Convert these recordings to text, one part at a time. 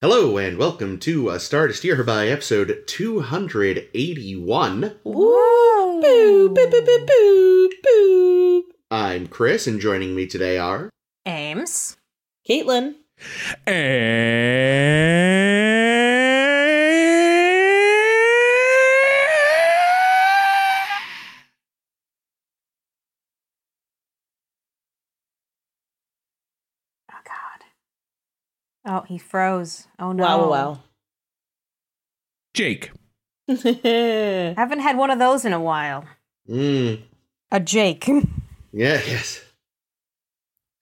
Hello and welcome to uh, A Star to Steer Her By, episode 281. Woo! Boo, boo, boo, boo, boo, boo. I'm Chris, and joining me today are. Ames. Caitlin. And Oh God. Oh, he froze. Oh no. Wow, wow, Jake. wow. Haven't had one of those in a while. Mmm. A Jake. Yeah, yes.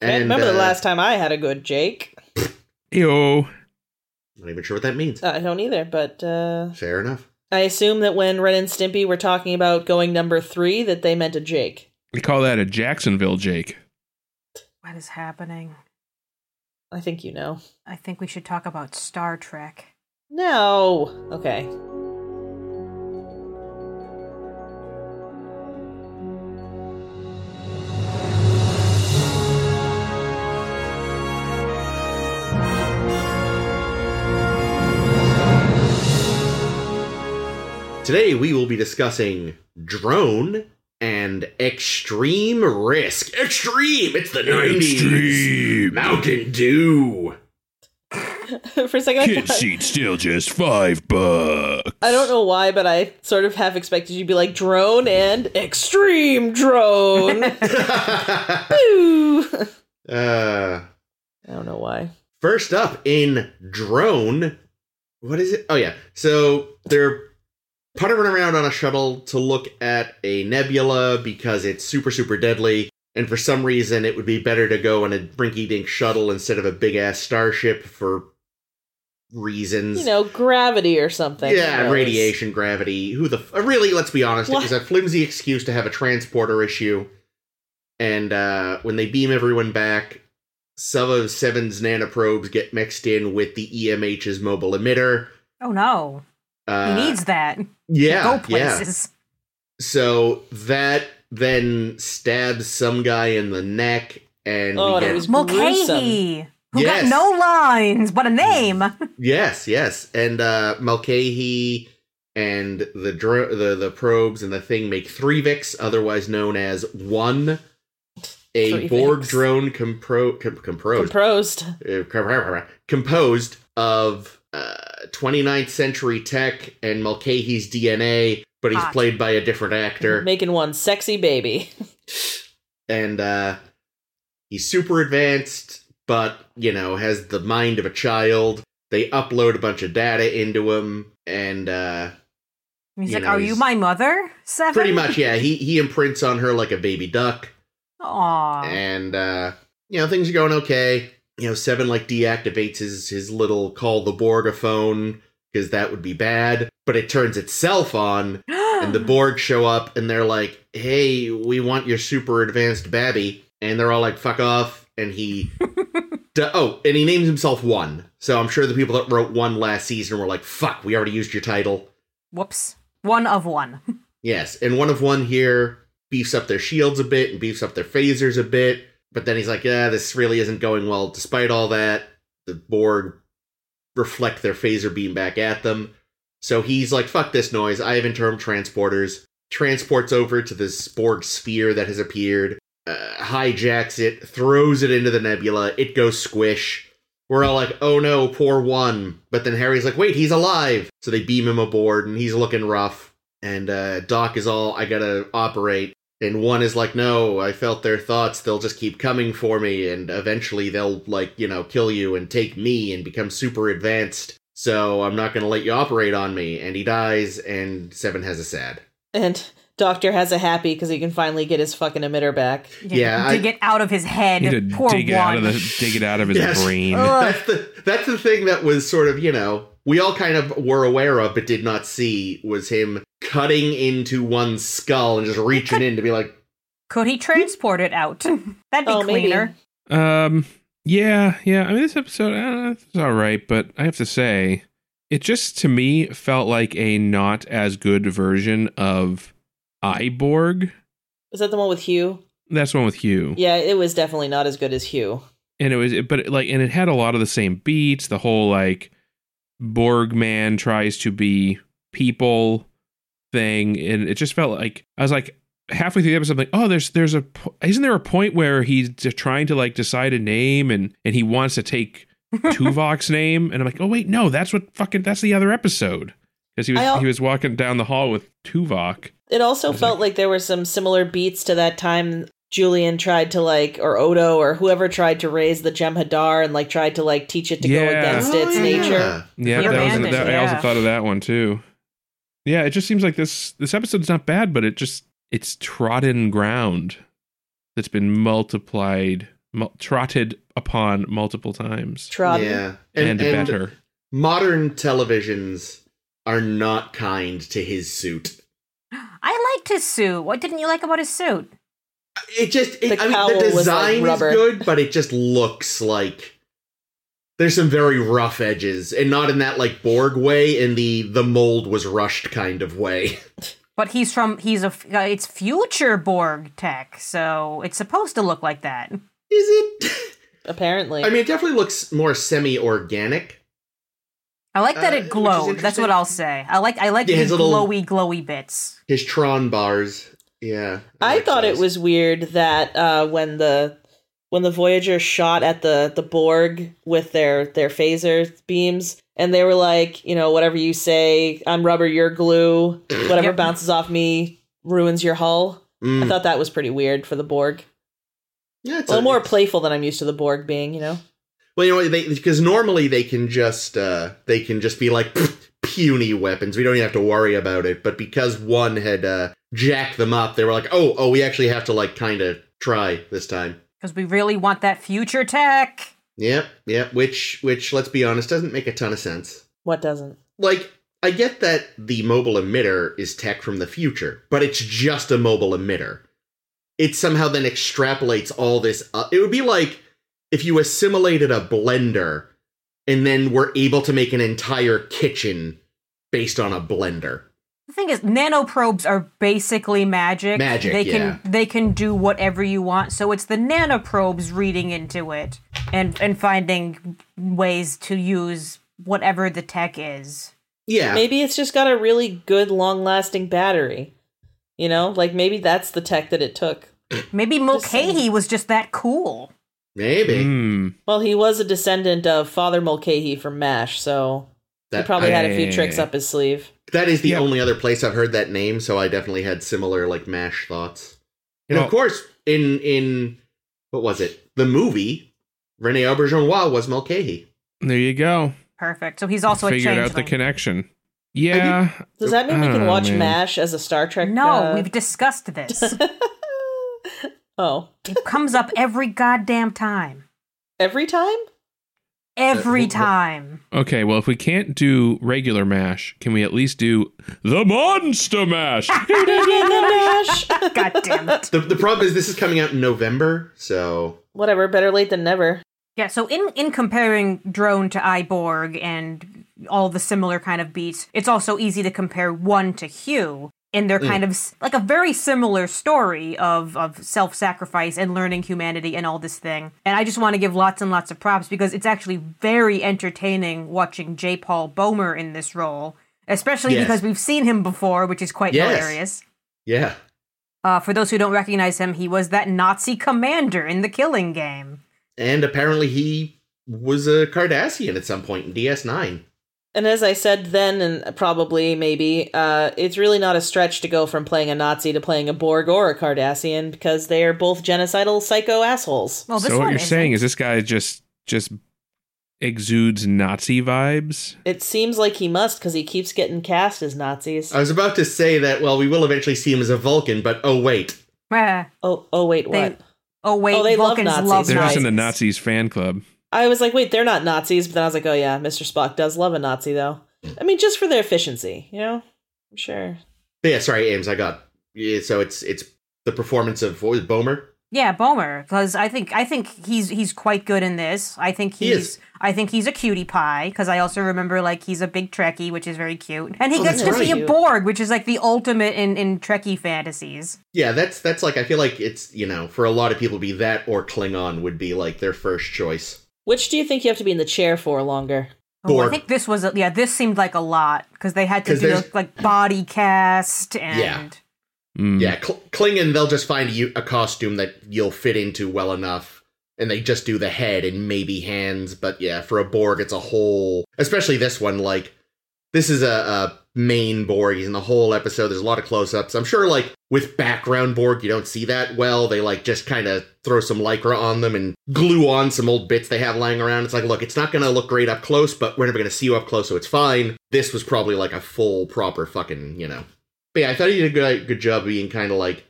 I remember the uh, last time I had a good Jake. Yo. Not even sure what that means. I don't either, but uh, Fair enough. I assume that when Ren and Stimpy were talking about going number three, that they meant a Jake. We call that a Jacksonville Jake. what is happening? I think you know. I think we should talk about Star Trek. No. Okay. Today we will be discussing drone and extreme risk. Extreme! It's the 90s! Mountain Dew! For a second, I, Kid thought, seat still just five bucks. I don't know why, but I sort of half expected you to be like drone and extreme drone. Oh, uh, Boo. I don't know why. First up in drone, what is it? Oh yeah, so they're puttering around on a shuttle to look at a nebula because it's super super deadly, and for some reason it would be better to go on a rinky dink shuttle instead of a big ass starship for reasons. You know, gravity or something. yeah, Who knows? radiation, gravity. Who the f- uh, really? Let's be honest. It was a flimsy excuse to have a transporter issue. And uh, when they beam everyone back, some of Seven's nanoprobes get mixed in with the EMH's mobile emitter. Oh no. Uh, he needs that. yeah, Go yeah. places. So that then stabs some guy in the neck, and Oh, we and it get was Mulcahy. Who Yes. Mm. got no lines but a name. Yes, yes, and uh Mulcahy and the dro- the the probes and the thing make three Vix, otherwise known as one. A Three Borg Vix. drone compro- com- composed Prost. uh, com- composed of uh, 29th century tech and Mulcahy's DNA, but he's Hot. played by a different actor Making one sexy baby. and uh he's super advanced but you know has the mind of a child they upload a bunch of data into him and uh He's You like, know, Are he's- you my mother? Seven? pretty much yeah he he imprints on her like a baby duck Aw. and uh you know things are going okay you know seven like deactivates his his little call the borgaphone because that would be bad but it turns itself on and the Borg show up and they're like, "Hey, we want your super advanced babby," and they're all like, "Fuck off!" And he, D- oh, and he names himself One. So I'm sure the people that wrote One last season were like, "Fuck, we already used your title." Whoops. One of one. Yes, and one of one here beefs up their shields a bit and beefs up their phasers a bit, but then he's like, "Yeah, this really isn't going well." Despite all that, the Borg reflect their phaser beam back at them. So he's like, "Fuck this noise! I have internal transporters." Transports over to this Borg sphere that has appeared, uh, hijacks it, throws it into the nebula. It goes squish. We're all like, "Oh no, poor one!" But then Harry's like, "Wait, he's alive!" So they beam him aboard, and he's looking rough and uh, Doc is all I gotta operate, and one is like, no, I felt their thoughts. They'll just keep coming for me, and eventually they'll like you know kill you and take me and become super advanced. So I'm not gonna let you operate on me. And he dies, and Seven has a sad. And Doctor has a happy because he can finally get his fucking emitter back. Yeah, Dig I- it out of his head. Need to Poor dig one. it out of the dig it out of his Yes. brain. Ugh. That's the that's the thing that was sort of you know we all kind of were aware of but did not see was him cutting into one's skull and just reaching in to be like, Could he transport it out? That'd be Oh, maybe. cleaner. Um. Yeah. Yeah. I mean, this episode uh, it's all right, but I have to say, it just to me felt like a not as good version of Iborg. Was that the one with Hugh? That's the one with Hugh. Yeah, it was definitely not as good as Hugh. and it was but like and it had a lot of the same beats the whole like Borgman tries to be people thing, and it just felt like I was like halfway through the episode, I'm like, oh, there's there's a po- isn't there a point where he's de- trying to like decide a name and and he wants to take Tuvok's name, and I'm like, oh wait, no, that's what fucking that's the other episode because he was I al- he was walking down the hall with Tuvok. It also Doesn't felt like there were some similar beats to that time Julian tried to like, or Odo, or whoever tried to raise the Jem'Hadar and like tried to like teach it to Yeah. go against "Oh, its nature. Yeah, He that was, abandoned, that, I also yeah. thought of that one too. Yeah, it just seems like this this episode's not bad, but it just it's trodden ground that's been multiplied, mul- trotted upon multiple times Trod. yeah, and, better. modern televisions are not kind to his suit. I liked his suit. What didn't you like about his suit? It just, it, The I cowl mean, the was like design is rubber. good, but it just looks like there's some very rough edges, and not in that like Borg way, in the the mold was rushed kind of way. But he's from he's a f- uh, it's future Borg tech, so it's supposed to look like that. Is it? Apparently, I mean, it definitely looks more semi-organic. I like that Uh, which it is glowed. That's what interesting. I'll say. I like I like Yeah, his the little- glowy glowy bits. His Tron bars, yeah. I like thought it those. was weird that uh, when the when the Voyager shot at the the Borg with their their phaser beams, and they were like, you know, whatever you say, I'm rubber, you're glue. Whatever Yep. bounces off me ruins your hull. Mm. I thought that was pretty weird for the Borg. yeah, it's A little a- more playful than I'm used to the Borg being, you know. Well, you know, they because normally they can just uh they can just be like "Pfft, puny weapons. We don't even have to worry about it. But because one had uh jacked them up, they were like, oh, oh, we actually have to like kind of try this time. Because we really want that future tech. Yep, yep. Which, which, let's be honest, doesn't make a ton of sense. What doesn't? Like, I get that the mobile emitter is tech from the future, but it's just a mobile emitter. It somehow then extrapolates all this. Up. It would be like if you assimilated a blender and then were able to make an entire kitchen based on a blender. The thing is, nanoprobes are basically magic. Magic, They yeah. can they can do whatever you want. So it's the nanoprobes reading into it and and finding ways to use whatever the tech is. Yeah, Maybe it's just got a really good, long-lasting battery. You know, like maybe that's the tech that it took. Maybe saying. Mulcahy was just that cool. maybe. Hmm. Well, he was a descendant of Father Mulcahy from MASH, so he That, probably had a few Hey. tricks up his sleeve. that is the Yeah. only other place I've heard that name, so I definitely had similar like mash thoughts. And Well- of course, in in what was it? The movie Rene Auberjonois was Mulcahy. There you go. Perfect. So he's also Figured a out the changeling. connection. Yeah, Does that mean we I can don't watch know, man. MASH as a Star Trek? no, uh, we've discussed this. oh, it comes up every goddamn time. every time? Uh, Every wh- wh- time. Okay, well, if we can't do regular mash, can we at least do the monster mash? Oh, MASH. God damn it. The, the problem is this is coming out in November, so Whatever, better late than never. Yeah, so in, in comparing drone to Iborg and all the similar kind of beats, it's also easy to compare one to Hugh. And they're Mm. kind of s- like a very similar story of, of self sacrifice and learning humanity and all this thing. And I just want to give lots and lots of props because it's actually very entertaining watching J. Paul Bomer in this role, especially Yes. because we've seen him before, which is quite Yes. hilarious. yeah. Uh, for those who don't recognize him, he was that Nazi commander in the killing game. And apparently he was a Cardassian at some point in DS9. And as I said then, and probably maybe, uh, it's really not a stretch to go from playing a Nazi to playing a Borg or a Cardassian because they are both genocidal psycho assholes. Well, this so what one you're isn't. saying is this guy just just exudes Nazi vibes? It seems like he must because he keeps getting cast as Nazis. I was about to say that well we will eventually see him as a Vulcan, but oh wait. Eh. oh, oh wait, They- what? Oh wait, Oh, they love Vulcans Nazis. love They're just in the Nazis. Nazis fan club. I was like, wait, they're not Nazis, but then I was like, oh yeah, Mr. Spock does love a Nazi though. I mean, just for their efficiency, you know. I'm sure. But yeah, sorry, Ames, I got yeah, so it's it's the performance of what was it, Bomer? Yeah, Bomer, because I think I think he's he's quite good in this. I think He is. he's I think he's a cutie pie because I also remember like he's a big Trekkie, which is very cute, and he Oh, gets to that's be a right. Borg, which is like the ultimate in in Trekkie fantasies. Yeah, that's that's like I feel like it's you know, for a lot of people to be that or Klingon would be like their first choice. Which do you think you have to be in the chair for longer? Oh, I Borg. think this was a, yeah. This seemed like a lot because they had to 'Cause do there's- the, like body cast and Yeah. Mm. Yeah, Kl- Klingon, they'll just find you a costume that you'll fit into well enough, and they just do the head and maybe hands. But yeah, for a Borg, it's a whole, especially this one. Like, this is a, a main Borg. He's in the whole episode. There's a lot of close-ups. I'm sure, like with background Borg, you don't see that well. They like just kind of throw some lycra on them and glue on some old bits they have lying around. It's like, look, it's not gonna look great up close, but we're never gonna see you up close, so it's fine. This was probably like a full, proper fucking, you know. But yeah, I thought he did a good, good job being kind of like,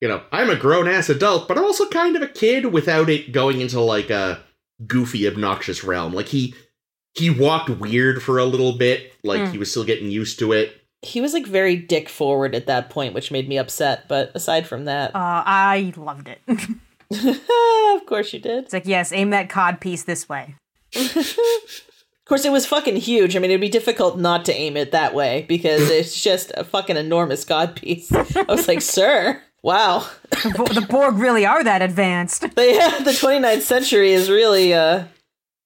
you know, I'm a grown ass adult, but I'm also kind of a kid without it going into like a goofy, obnoxious realm. Like he he walked weird for a little bit, like Hmm. he was still getting used to it. He was like very dick forward at that point, which made me upset. But aside from that, uh, I loved it. it's of course you did. like yes, aim that cod piece this way. Of course, it was fucking huge. I mean, it'd be difficult not to aim it that way because it's just a fucking enormous god piece. I was like, sir, wow. The, Bo- the Borg really are that advanced. They have the 29th century is really uh,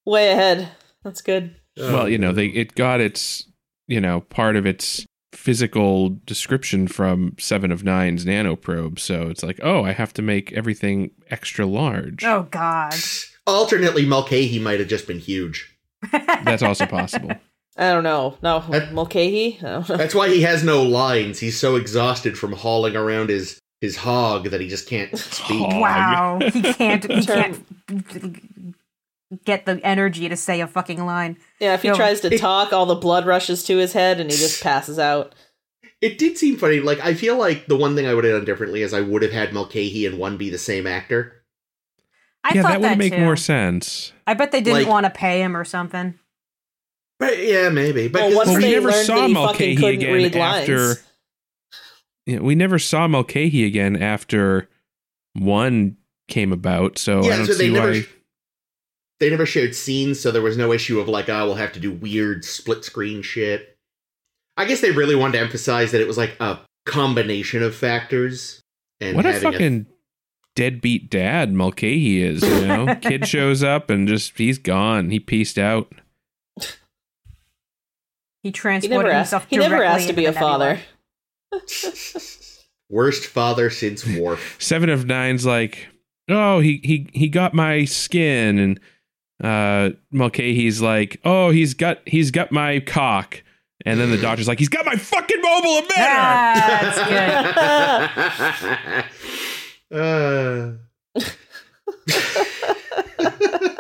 way ahead. That's good. Well, you Oh. know, they it got its you know part of its physical description from Seven of Nine's nanoprobe. So it's like, oh, I have to make everything extra large. Oh God. alternately, Mulcahy might have just been huge. That's also possible. I don't know. No, That- Mulcahy? I don't know. That's why he has no lines. He's so exhausted from hauling around his his hog that he just can't speak. Hog. Wow, he can't. He Term- can't get the energy to say a fucking line. Yeah, if he No. tries to talk, all the blood rushes to his head and he just passes out. It did seem funny. Like I feel like the one thing I would have done differently is I would have had Mulcahy and one be the same actor. I yeah, thought that would make too. more sense. I bet they didn't Like- want to pay him or something. But yeah, maybe. But Well, once Well, we they never learned saw that he Mulcahy fucking couldn't again read after- lines. Yeah, we never saw Mulcahy again after one came about. So I yeah, don't so see they never why. they never shared scenes, so there was no issue of like, oh, we'll have to do weird split screen shit. I guess they really wanted to emphasize that it was like a combination of factors. And What a having fucking deadbeat dad Mulcahy is. You know, kid shows up and just he's gone. He pieced out. He He transported never asked, himself. he never directly asked to into be the a father. nebula. worst father since Worf. Seven of Nine's like, oh, he he he got my skin, and uh, Mulcahy's like, oh, he's got he's got my cock, and then the doctor's like, he's got my fucking mobile emitter. Ah, That's good. Uh.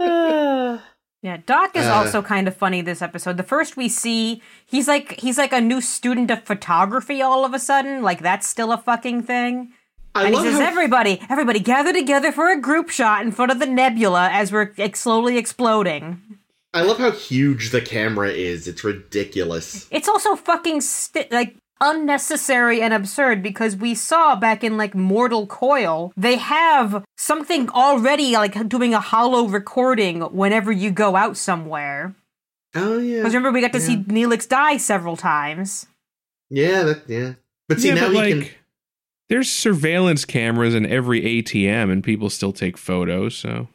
Ah, Yeah, Doc is Uh, also kind of funny this episode. The first we see, he's like he's like a new student of photography all of a sudden. Like that's still a fucking thing. I and he love says, how "Everybody, everybody, gather together for a group shot in front of the nebula as we're like, slowly exploding." I love how huge the camera is. It's ridiculous. It's also fucking sti like unnecessary and absurd because we saw back in like Mortal Coil, they have something already like doing a hollow recording whenever you go out somewhere. Oh yeah. Because remember, we got to Yeah. see Neelix die several times. Yeah, that yeah. But see yeah, now but he like, can there's surveillance cameras in every ATM, and people still take photos. So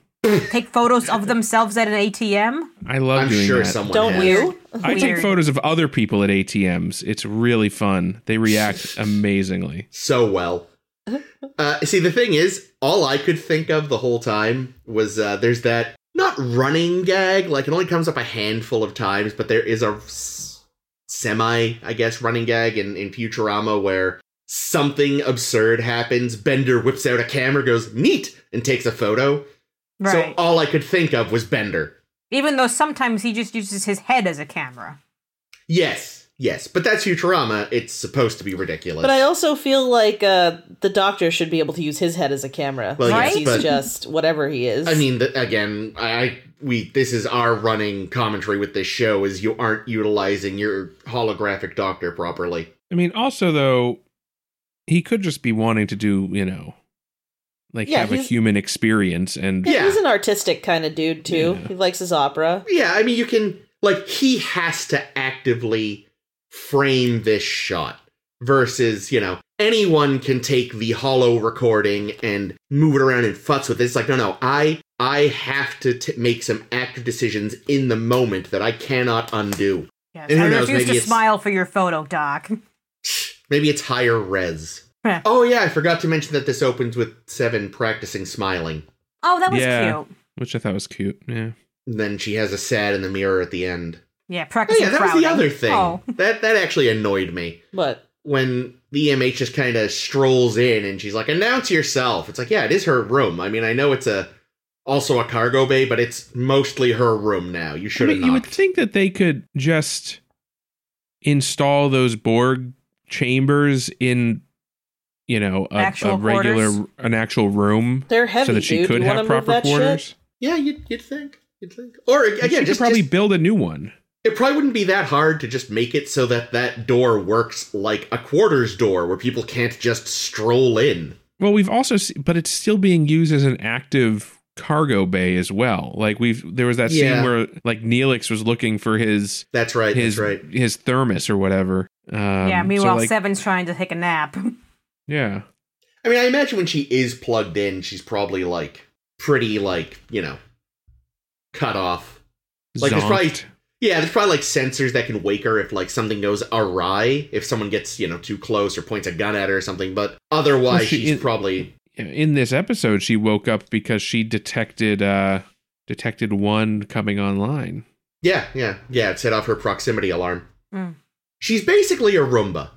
Take photos of themselves at an ATM. I love I'm doing sure that. someone Don't has. you? I take Weird. photos of other people at ATMs. It's really fun. They react amazingly. so well. Uh, see, the thing is, all I could think of the whole time was uh, there's that not running gag, like it only comes up a handful of times, but there is a s- semi, I guess, running gag in, in Futurama where something absurd happens. Bender whips out a camera, goes neat, and takes a photo. So uh, Right. all I could think of was Bender. Even though sometimes he just uses his head as a camera. Yes, yes, but that's Futurama. It's supposed to be ridiculous. But I also feel like uh, the doctor should be able to use his head as a camera. Well, because yes, he's but- just whatever he is. I mean, the, again, I, I we this is our running commentary with this show is you aren't utilizing your holographic doctor properly. I mean, also though, he could just be wanting to do, you know, like Yeah, have a he's- human experience and yeah, yeah. he's an artistic kind of dude too. Yeah. He likes his opera. Yeah, I mean, you can like he has to actively frame this shot versus you know anyone can take the hollow recording and move it around and futz with it. It's like no, no, I I have to t- make some active decisions in the moment that I cannot undo. Yes. And who I knows, refuse maybe to it's- smile for your photo, Doc. Maybe it's higher res. Huh. oh yeah, I forgot to mention that this opens with Seven practicing smiling. Oh, that was Yeah. cute. which I thought was cute. Yeah. And then she has a sad in the mirror at the end. Yeah, Oh, practicing yeah, that was the frowning. other thing. Oh, That that actually annoyed me. But When the EMH just kind of strolls in and she's like, announce yourself. It's like, yeah, it is her room. I mean, I know it's a also a cargo bay, but it's mostly her room now. You I should have mean, you would knocked. think that they could just install those Borg chambers in, you know, a, Actual a regular, quarters? an actual room, they're heavy, so that she dude. could you have want to move proper that quarters. shit? Yeah, you'd, you'd think. You'd think. Or And again, she just, could probably just- build a new one. it probably wouldn't be that hard to just make it so that that door works like a quarters door where people can't just stroll in. Well, we've also, se- but it's still being used as an active cargo bay as well. Like we've, there was that Yeah. scene where like Neelix was looking for his That's right. his that's right. his thermos or whatever. Um, yeah. so, Meanwhile, like, Seven's trying to take a nap. yeah, I mean, I imagine when she is plugged in, she's probably like pretty, like you know, cut off. Like, it's probably- Zonked. Yeah, there's probably like sensors that can wake her if like something goes awry, if someone gets you know too close or points a gun at her or something. But otherwise, Well, she she's is- probably in this episode she woke up because she detected uh detected one coming online yeah, yeah, yeah. It set off her proximity alarm. Mm. She's basically a Roomba.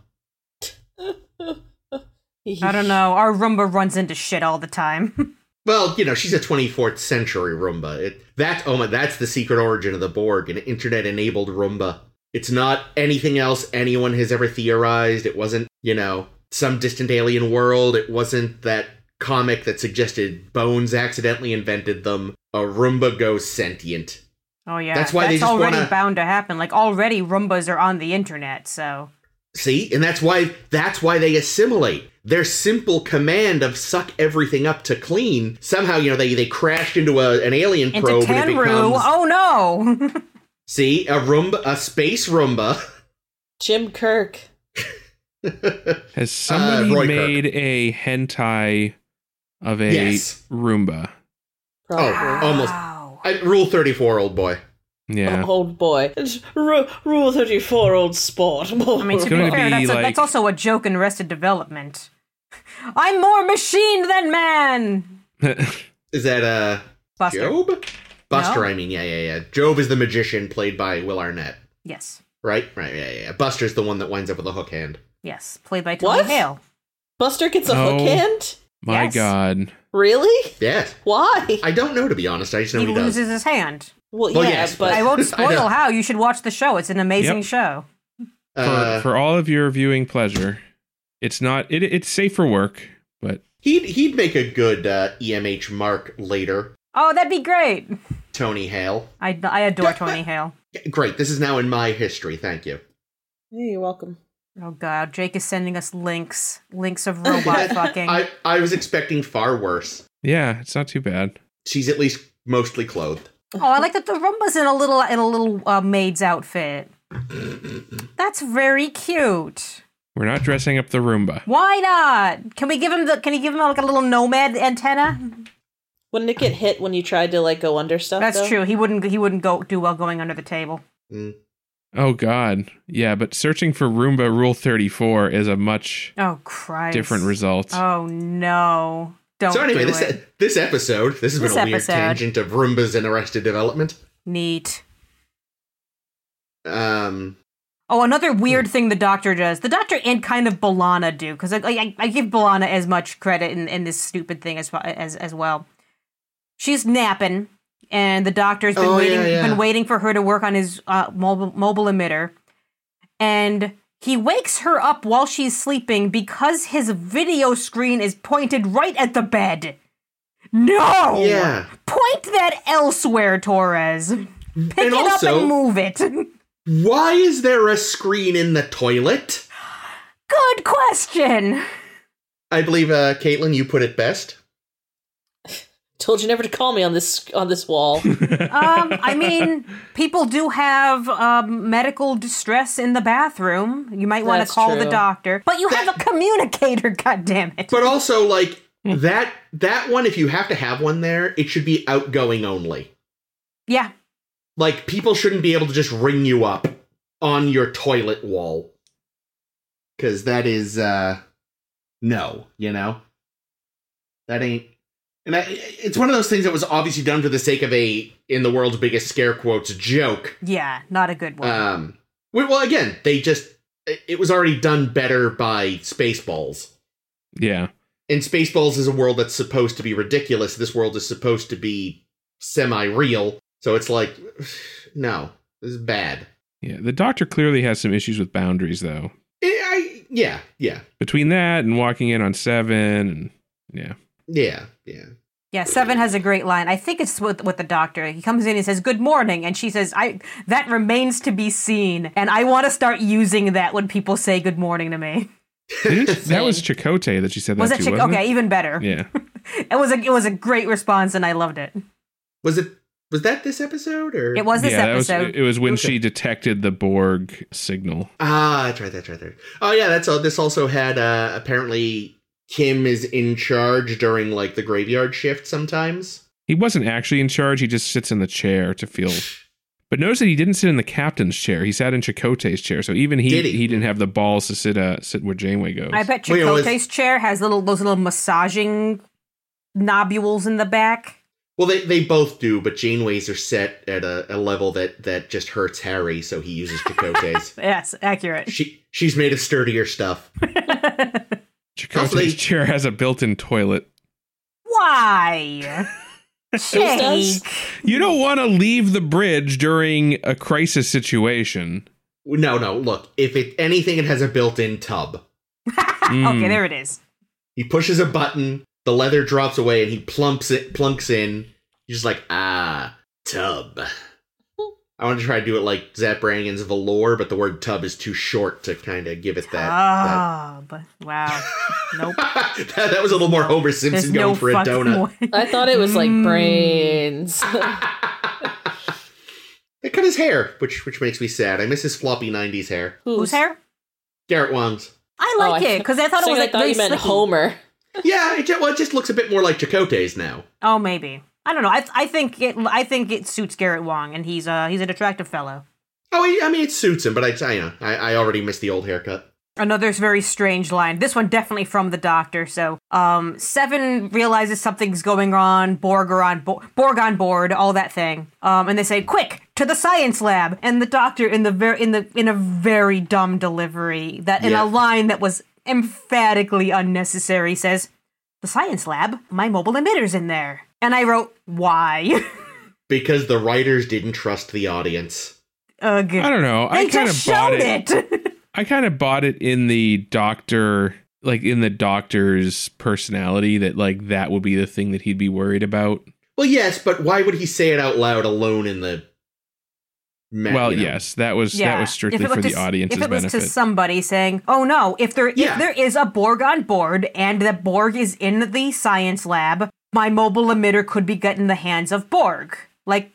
I don't know. Our Roomba runs into shit all the time. Well, you know, she's a 24th century Roomba. It, that oh my, that's the secret origin of the Borg, an internet-enabled Roomba. It's not anything else anyone has ever theorized. It wasn't, you know, some distant alien world. It wasn't that comic that suggested Bones accidentally invented them. A Roomba goes sentient. oh yeah, That's why they just already wanna- bound to happen. Like already, Roombas are on the internet, so See, and that's why that's why they assimilate. Their simple command of suck everything up to clean. Somehow, you know, they they crashed into a, an alien into probe and it Tenru. becomes. Oh no. See, a Roomba, a space Roomba. Jim Kirk. has somebody Uh, Roy Kirk. made a hentai of a Yes. roomba Probably. Oh, almost. Wow. I, rule 34, old boy. yeah Old boy. It's Ru- Rule 34, old sport. I mean, to be gonna fair, be that's, a, like- that's also a joke in Arrested Development. I'm more machine than man. Is that, uh, Buster. Job? Buster, No. I mean, yeah, yeah, yeah. Job is the magician played by Will Arnett. Yes. Right? Right, yeah, yeah, yeah. Buster's the one that winds up with a hook hand. Yes. Played by Tony What? Hale. Buster gets a Oh. hook hand? my Yes. god Really? Yes. Why? I don't know, to be honest. I just know he he, does. loses his hand. Well, Well, yeah, yes, but I I won't know. spoil how. You should watch the show. It's an amazing Yep. show. for, Uh, for all of your viewing pleasure it's not it, it's safe for work but he'd, he'd make a good uh, EMH mark later, Oh, that'd be great. Tony Hale. I, I adore Tony Hale. Yeah, Great. This is now in my history. Thank you. Hey, you're welcome. Oh god, Jake is sending us links, links of robot fucking. I, I was expecting far worse. yeah it's not too bad She's at least mostly clothed. Oh, I like that the Roomba's in a little in a little uh, maid's outfit. That's very cute. we're not dressing up the roomba Why not? Can we give him the? Can you give him like a little nomad antenna? Uh-huh. Wouldn't it get hit when you tried to, like, go under stuff? That's though? true. He wouldn't. He wouldn't go do well going under the table. Mm. oh god yeah but searching for roomba rule 34 is a much Oh Christ! different result Oh no! Don't. so anyway, do this it. this episode, this has This been a weird episode. tangent of Roombas and Arrested Development. Neat. Um, Oh, another weird Hmm. thing the Doctor does. The Doctor and kind of Balana do because like, I, I give Balana as much credit in, in this stupid thing as well- as as well. She's napping, and the Doctor's been Oh, yeah, waiting yeah. been waiting for her to work on his uh, mobile mobile emitter, and he wakes her up while she's sleeping because his video screen is pointed right at the bed. No, Yeah. point that elsewhere, Torres. Pick it and up also, and move it. why is there a screen in the toilet? Good question. I believe, uh, Caitlin, you put it best. Told you never to call me on this on this wall. Um, I mean, people do have um, medical distress in the bathroom. You might want to That's call the true. doctor, but you have a communicator. God damn it! But also, like, Hmm. that that one, if you have to have one there, it should be outgoing only. Yeah. Like people shouldn't be able to just ring you up on your toilet wall. Cause that is uh no, you know? That ain't and I, it's one of those things that was obviously done for the sake of a in the world's biggest scare quotes joke. Yeah, not a good one. Uh, Um we- well again, they just it it was already done better by Spaceballs. Yeah. And Spaceballs is a world that's supposed to be ridiculous. This world is supposed to be semi-real. So it's like no, this is bad. Yeah. The doctor clearly has some issues with boundaries though. Eh, I, I yeah, yeah. Between that and walking in on seven and yeah. Yeah, yeah. yeah, Seven has a great line. I think it's with, with the doctor. He comes in and says, Good morning. And she says, I That remains to be seen. And I want to start using that when people say good morning to me. Didn't- that was Chicote that she said that was that to, chick? wasn't it? Okay, even better. Yeah. It was a it was a great response, and I loved it. Was it was that this episode or It was this yeah, that was- episode. it was when Okay. she detected the Borg signal. Ah, that's right, that's right, that's right. Oh yeah, that's all this also had uh apparently Kim is in charge during like the graveyard shift sometimes. He wasn't actually in charge. He just sits in the chair to feel. But notice that he didn't sit in the captain's chair. He sat in Chakotay's chair. So even he Did he? he? didn't have the balls to sit uh, sit where Janeway goes. I bet Wait, it was- Chakotay's chair has little those little massaging nobules in the back. Well they they both do, but Janeway's are set at a, a level that that just hurts Harry, so he uses Chakotay's. Yes, accurate. she she's made of sturdier stuff. Chakotay's Hopefully- chair has a built-in toilet. Why? does? Jake. You don't want to leave the bridge during a crisis situation. No, no, look, if it anything it has a built-in tub. Mm. Hmm. Okay, there it is. He pushes a button, the leather drops away, and he plumps it plunks in. He's just like, ah, tub. I want to try to do it like Zap Brangen's velour, but the word tub is too short to kind of give it that. Ah, but wow. Nope. that. that, that was a little more Homer Simpson There's going no for a fucking donut. way. I thought it was like Mm. brains. they cut his hair, which which makes me sad. I miss his floppy '90s hair. Whose hair? Garrett Wong's. I Oh, like I- it because I thought it So was I like thought very you meant slicky. Homer. Yeah, it just, well, it just looks a bit more like Chakotay's now. Oh, maybe. I don't know. I I think it I think it suits Garrett Wong, and he's uh he's an attractive fellow. Oh, I- I mean, it suits him, but I, I, you know, I, I already missed the old haircut. Another very strange line. This one definitely from the doctor. So, um, Seven realizes something's going on. Borg are on bo- Borg on board. All that thing. Um, and they say, "Quick to the science lab!" And the doctor, in the very in the in a very dumb delivery, that in Yeah. a line that was emphatically unnecessary, says, "The science lab. My mobile emitter's in there." And I wrote, "Why?" because the writers didn't trust the audience. Ugh. I don't know. I They kind of just bought showed it. it. I kind of bought it in the doctor, like in the doctor's personality that like that would be the thing that he'd be worried about. Well, yes, but why would he say it out loud alone in the? ma- well, you know? yes, that was Yeah. that was strictly If it for was the to s- audience's If it was benefit. to somebody saying, "Oh no, if there Yeah. if there is a Borg on board and the Borg is in the science lab, my mobile emitter could be get in the hands of Borg." Like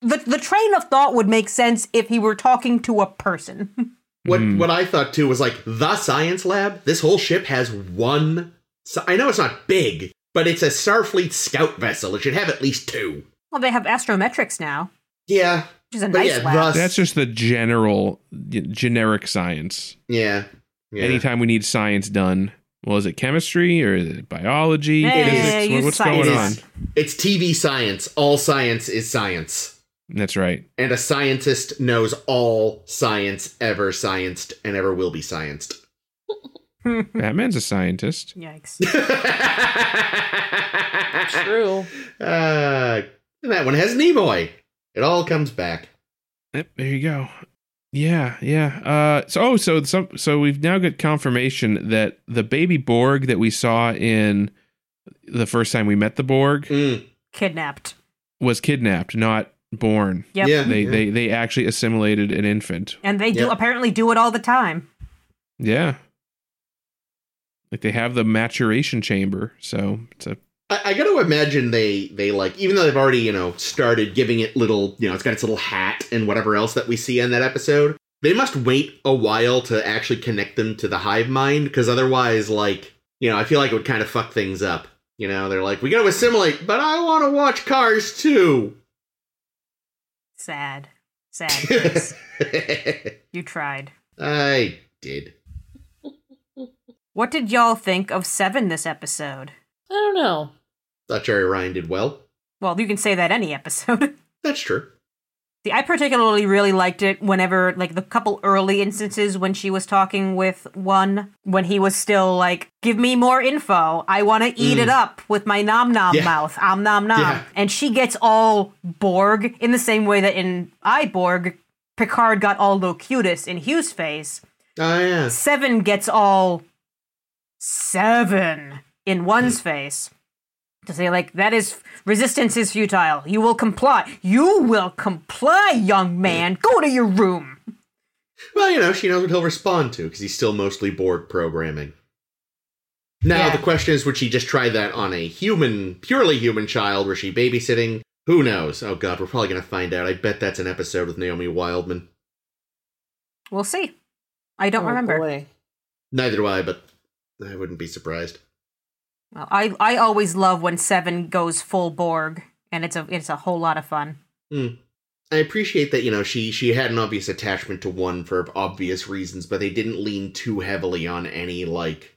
the the train of thought would make sense if he were talking to a person. What Hmm. what I thought too was like the science lab. This whole ship has one. sci- I know it's not big, but it's a Starfleet scout vessel. It should have at least two. well, they have astrometrics now, Yeah, which is a But nice yeah, lab. thus- That's just the general y- generic science. yeah, yeah. Anytime we need science done, well, is it chemistry or is it biology? Hey, physics? you What- What's science. going It on? is- It's TV science. All science is science, That's right. and a scientist knows all science ever scienced and ever will be scienced. Hmm. Batman's a scientist. Yikes! Uh, True. Uh, and that one has Nimoy. It all comes back. Yep, there you go. Yeah, yeah. Uh, so, oh, so some, so we've now got confirmation that the baby Borg that we saw in the first time we met the Borg Mm, Kidnapped. was kidnapped, not born. Yep. Yeah, They yeah. they they actually assimilated an infant. And they do Yep. apparently do it all the time. Yeah. Like they have the maturation chamber, so it's a I, I got to imagine they they like even though they've already you know started giving it little you know it's got its little hat and whatever else that we see in that episode. They must wait a while to actually connect them to the hive mind because otherwise, like you know, I feel like it would kind of fuck things up. You know, they're like, we got to assimilate, but I want to watch Cars too. Sad. Sad. face. you tried. I did. What did y'all think of Seven this episode? I don't know. Thought Jerry Ryan did well. Well, you can say that any episode. That's true. See, I particularly really liked it whenever, like, the couple early instances when she was talking with one, when he was still like, give me more info. I want to eat Mm. it up with my nom nom Yeah. mouth. Om nom nom. Yeah. And she gets all Borg in the same way that in I Borg, Picard got all Locutus in Hugh's face. Oh, yeah. Seven gets all seven in one's face to say like that is resistance is futile. You will comply. You will comply, young man. Go to your room. Well, you know, she knows what he'll respond to because he's still mostly Borg programming. Now, Yeah. the question is would she just try that on a human, purely human child? Was she babysitting? Who knows? Oh, God, we're probably going to find out. I bet that's an episode with Naomi Wildman. We'll see. I don't Oh, remember. boy. Neither do I, but I wouldn't be surprised. Well, I I always love when Seven goes full Borg, and it's a it's a whole lot of fun. Hmm. I appreciate that, you know, she she had an obvious attachment to one for obvious reasons, but they didn't lean too heavily on any like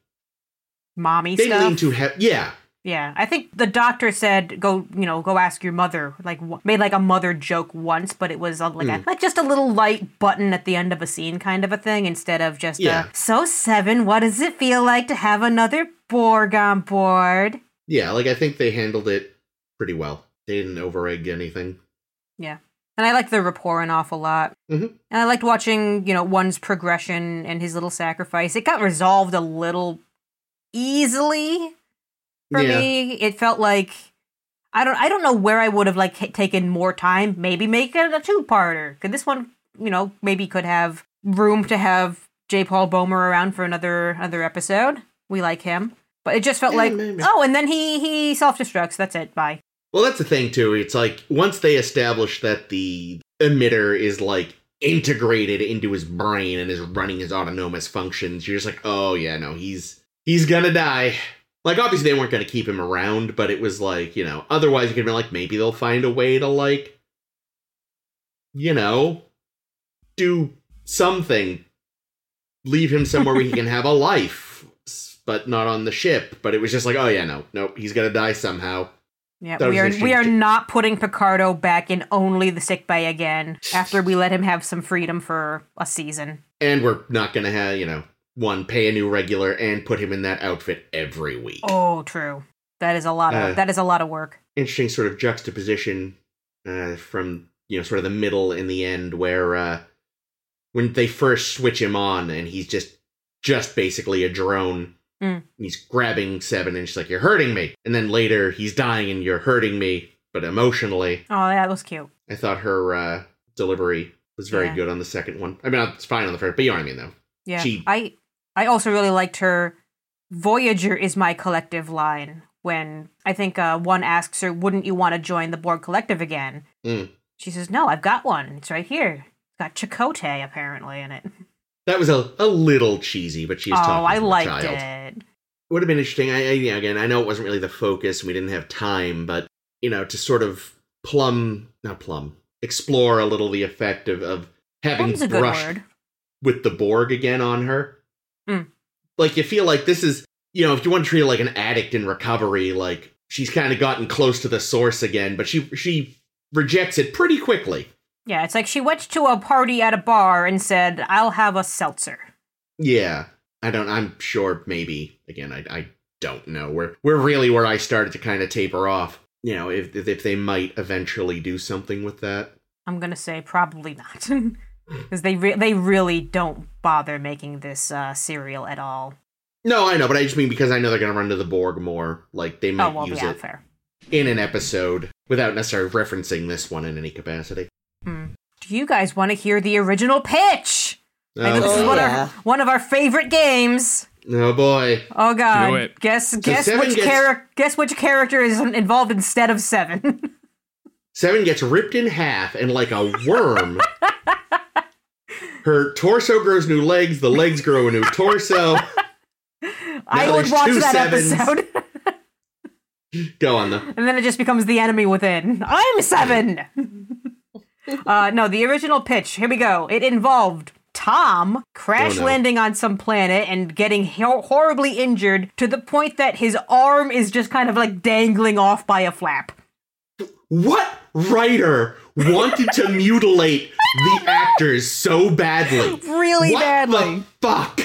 Mommy they didn't stuff. lean too heavy. Yeah, Yeah, I think the doctor said go, you know, go ask your mother. Like wh- made like a mother joke once, but it was uh, like a, like just a little light button at the end of a scene kind of a thing instead of just Yeah. a, so seven. What does it feel like to have another Borg on board? yeah. Like I think they handled it pretty well. They didn't overegg anything. And I liked the rapport an awful lot. Mhm. And I liked watching, you know, one's progression and his little sacrifice. It got resolved a little easily for yeah, me. It felt like I don't I don't know where I would have like ha- taken more time. Maybe make it a two-parter. Could this one, you know, maybe could have room to have J. Paul Bomer around for another another episode. We like him, but it just felt Yeah, like maybe. oh, and then he he self-destructs. That's it. Bye. Well, that's the thing too. It's like once they establish that the emitter is like integrated into his brain and is running his autonomous functions, you're just like, oh yeah, no, he's he's gonna die. Like obviously they weren't gonna keep him around, but it was like you know, otherwise you could be like maybe they'll find a way to like, you know, do something, leave him somewhere where he can have a life, s- but not on the ship. But it was just like, oh yeah, no, no, he's gonna die somehow. Yeah, That we was are interesting. we are not putting Picardo back in only the sick bay again after we let him have some freedom for a season. and we're not gonna have you know one pay a new regular and put him in that outfit every week Oh, true. That is a lot of Uh, that is a lot of work. interesting sort of juxtaposition uh, from you know sort of the middle and the end where uh when they first switch him on and he's just just basically a drone Mm. he's grabbing seven and she's like you're hurting me and then later he's dying and you're hurting me but emotionally Oh, that was cute. i thought her uh delivery was very Yeah. good on the second one i mean it's fine on the first but you know what i mean though Yeah. She- I I also really liked her Voyager is my collective line when I think uh, one asks her, Wouldn't you want to join the Borg collective again? Mm. She says, No, I've got one. It's right here. It's got Chakotay apparently in it. That was a, a little cheesy, but she's oh, talking. I to a liked child. it. Would have been interesting. I, I you know, again, I know it wasn't really the focus. and We didn't have time, but you know, to sort of plumb, not plumb, explore a little the effect of, of having Plum's a good brushed word. with the Borg again on her. Mm. Like you feel like this is, you know, if you want to treat her like an addict in recovery, like she's kind of gotten close to the source again, but she she rejects it pretty quickly. Yeah, it's like she went to a party at a bar and said, I'll have a seltzer. Yeah, I don't. I'm sure. Maybe again. I I don't know. We're we're really where I started to kind of taper off. You know, if if they might eventually do something with that. I'm gonna say probably not, because they re- they really don't bother making this uh, cereal at all. No, I know, but I just mean because I know they're going to run to the Borg more. Like they might oh well, use yeah, it fair. in an episode without necessarily referencing this one in any capacity. Do you guys want to hear the original pitch? I know this Oh, is one, yeah. of, one of our favorite games. oh boy! Oh god! Do it. Guess guess Seven which gets- character guess which character is involved instead of seven. Seven gets ripped in half, and like a worm, her torso grows new legs. The legs grow a new torso. I Now would there's watch two that sevens. episode. Go on though. And then it just becomes the enemy within. I'm seven. uh, no, the original pitch. Here we go. It involved Tom crash Oh, no. landing on some planet and getting hor- horribly injured to the point that his arm is just kind of like dangling off by a flap. What writer wanted to mutilate the actors so badly? Really what badly. The fuck.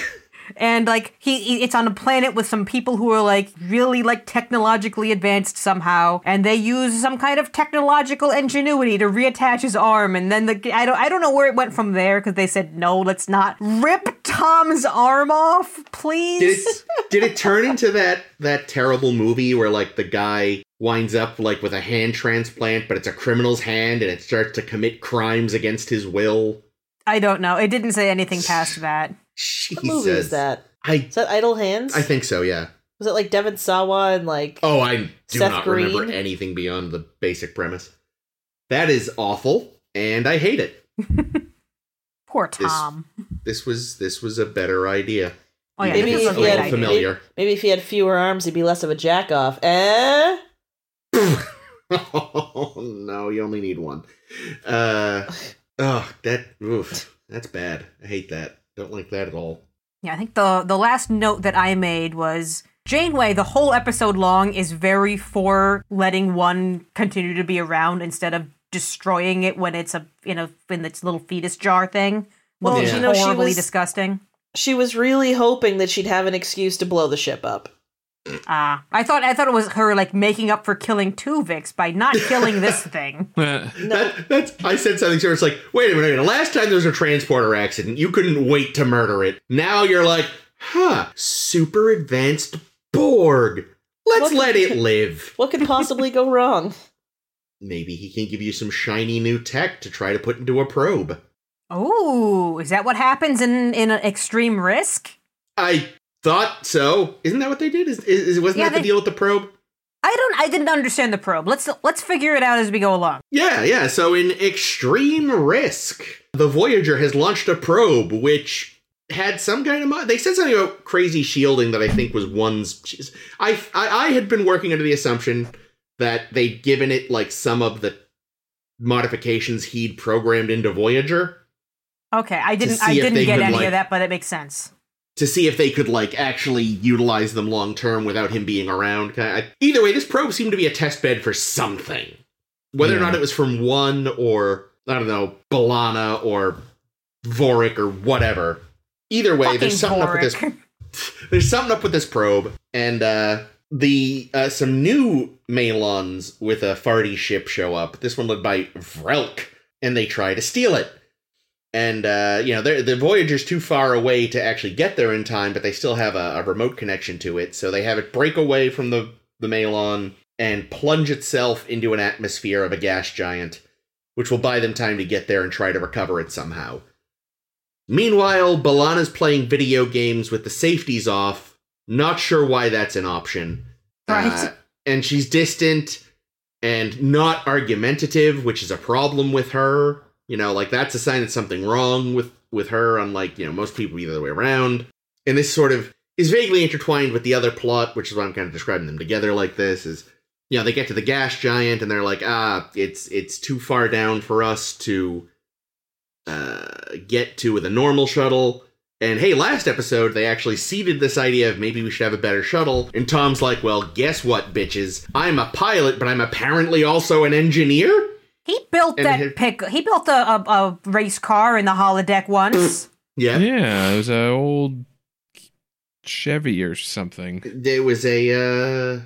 and like he, he it's on a planet with some people who are like really like technologically advanced somehow and they use some kind of technological ingenuity to reattach his arm and then the i don't i don't know where it went from there because they said no let's not rip tom's arm off Did please it, did it turn into that that terrible movie where like the guy winds up like with a hand transplant, but it's a criminal's hand, and it starts to commit crimes against his will? i don't know it didn't say anything past that Jesus. What movie is that? I Is that Idle Hands? I think so. Yeah. was it like Devin Sawa and like Oh, I do Seth not Green? remember anything beyond the basic premise. That is awful, and I hate it. poor This- tom This was this was a better idea. oh yeah Maybe this was if a he great had- idea. Familiar. Maybe if he had fewer arms, he'd be less of a jack off. Eh? oh no, you only need one. Uh, oh, that oof, that's bad. I hate that. Don't like that at all. Yeah, I think the the last note that I made was Janeway. The whole episode long is very for letting one continue to be around instead of destroying it when it's a you know in its little fetus jar thing. Well, Well, you you know, she horribly was- disgusting. She was really hoping that she'd have an excuse to blow the ship up. Ah, I thought I thought it was her like making up for killing two Vix by not killing this thing. Eh. That, that's I said something similar. It's like, wait a minute, wait a minute. Last time there was a transporter accident, you couldn't wait to murder it. Now you're like, huh, super advanced Borg. Let's What- let it live. What could possibly go wrong? Maybe he can give you some shiny new tech to try to put into a probe. Oh, is that what happens in in extreme risk? I thought so. Isn't that what they did? Is, is wasn't Yeah, that the they- deal with the probe? I don't. I didn't understand the probe. Let's let's figure it out as we go along. Yeah, yeah. So in extreme risk, the Voyager has launched a probe which had some kind of mod. They said something about crazy shielding that I think was one's. I, I I had been working under the assumption that they'd given it like some of the modifications he'd programmed into Voyager Okay, I didn't. I see if didn't they get could, any like- of that, but it makes sense. to see if they could like actually utilize them long term without him being around. Kinda- I- Either way, this probe seemed to be a test bed for something, whether or Yeah. not it was from one or I don't know Balana or Vorik or whatever. Either way, there's something up with this. Boric. There's something up with this probe, and uh, the uh, some new Malons with a farty ship show up. This one led by Vrelk, and they try to steal it and uh, you know they're- the Voyager's too far away to actually get there in time, but they still have a, a remote connection to it, so they have it break away from the the Malon and plunge itself into an atmosphere of a gas giant, which will buy them time to get there and try to recover it somehow. Meanwhile, Balana's playing video games with the safeties off. Not sure why that's an option. Right. Uh, and she's distant and not argumentative, which is a problem with her. You know, like that's a sign that something wrong with with her. Unlike you know most people, be the other way around. And this sort of is vaguely intertwined with the other plot, which is why I'm kind of describing them together like this. Is you know they get to the gas giant and they're like, ah, it's it's too far down for us to uh, get to with a normal shuttle. And hey, last episode they actually seeded this idea of maybe we should have a better shuttle. And Tom's like, well, guess what, bitches? I'm a pilot, but I'm apparently also an engineer. He built And that his- pick. He built a, a, a race car in the holodeck once. Yeah, yeah, it was an old Chevy or something. there was a uh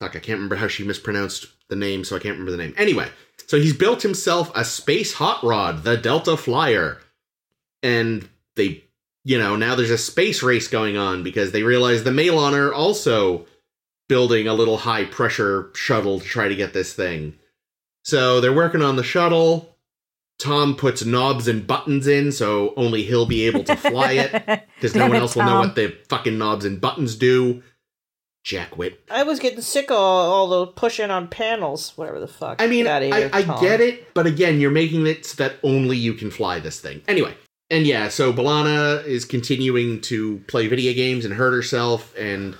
fuck i can't remember how she mispronounced the name so i can't remember the name anyway so he's built himself a space hot rod the delta flyer and they you know now there's a space race going on because they realize the Malon are also building a little high pressure shuttle to try to get this thing so they're working on the shuttle tom puts knobs and buttons in so only he'll be able to fly it because no Damn one it, else will know Tom. what the fucking knobs and buttons do. Jackwit. I was getting sick of all, all the pushing on panels, whatever the fuck. I mean, Get outta I, here, I Tom. get it, but again, you're making it so that only you can fly this thing. Anyway, and yeah, so Balana is continuing to play video games and hurt herself, and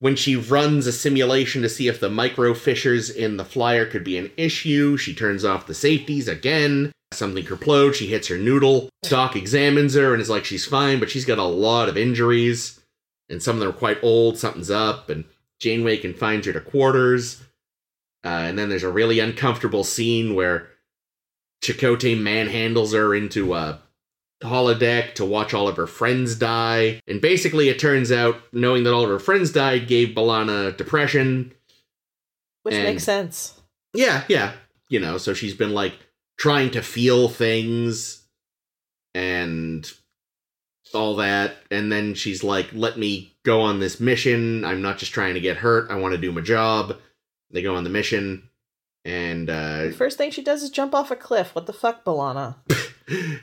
When she runs a simulation to see if the micro fissures in the flyer could be an issue, she turns off the safeties again. Something kerplodes, she hits her noodle. Doc examines her and is like, she's fine, but she's got a lot of injuries. And some of them are quite old, something's up. And Janeway confines her to quarters. Uh, and then there's a really uncomfortable scene where Chakotay manhandles her into a holodeck to watch all of her friends die. And basically, it turns out knowing that all of her friends died gave Balana depression. which And- makes sense. Yeah, yeah. You know, so she's been like trying to feel things and all that. And then she's like, let me go on this mission. I'm not just trying to get hurt. I want to do my job. They go on the mission. And uh, The first thing she does is jump off a cliff. What the fuck, Balana?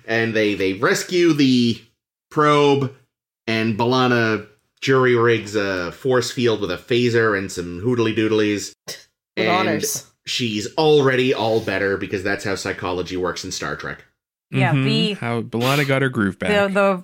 and they they rescue the probe and Balana jury rigs a force field with a phaser and some hoodly doodlies With honors. she's already all better because that's how psychology works in Star Trek. Yeah, Mhm. the- how Belana got her groove back. The the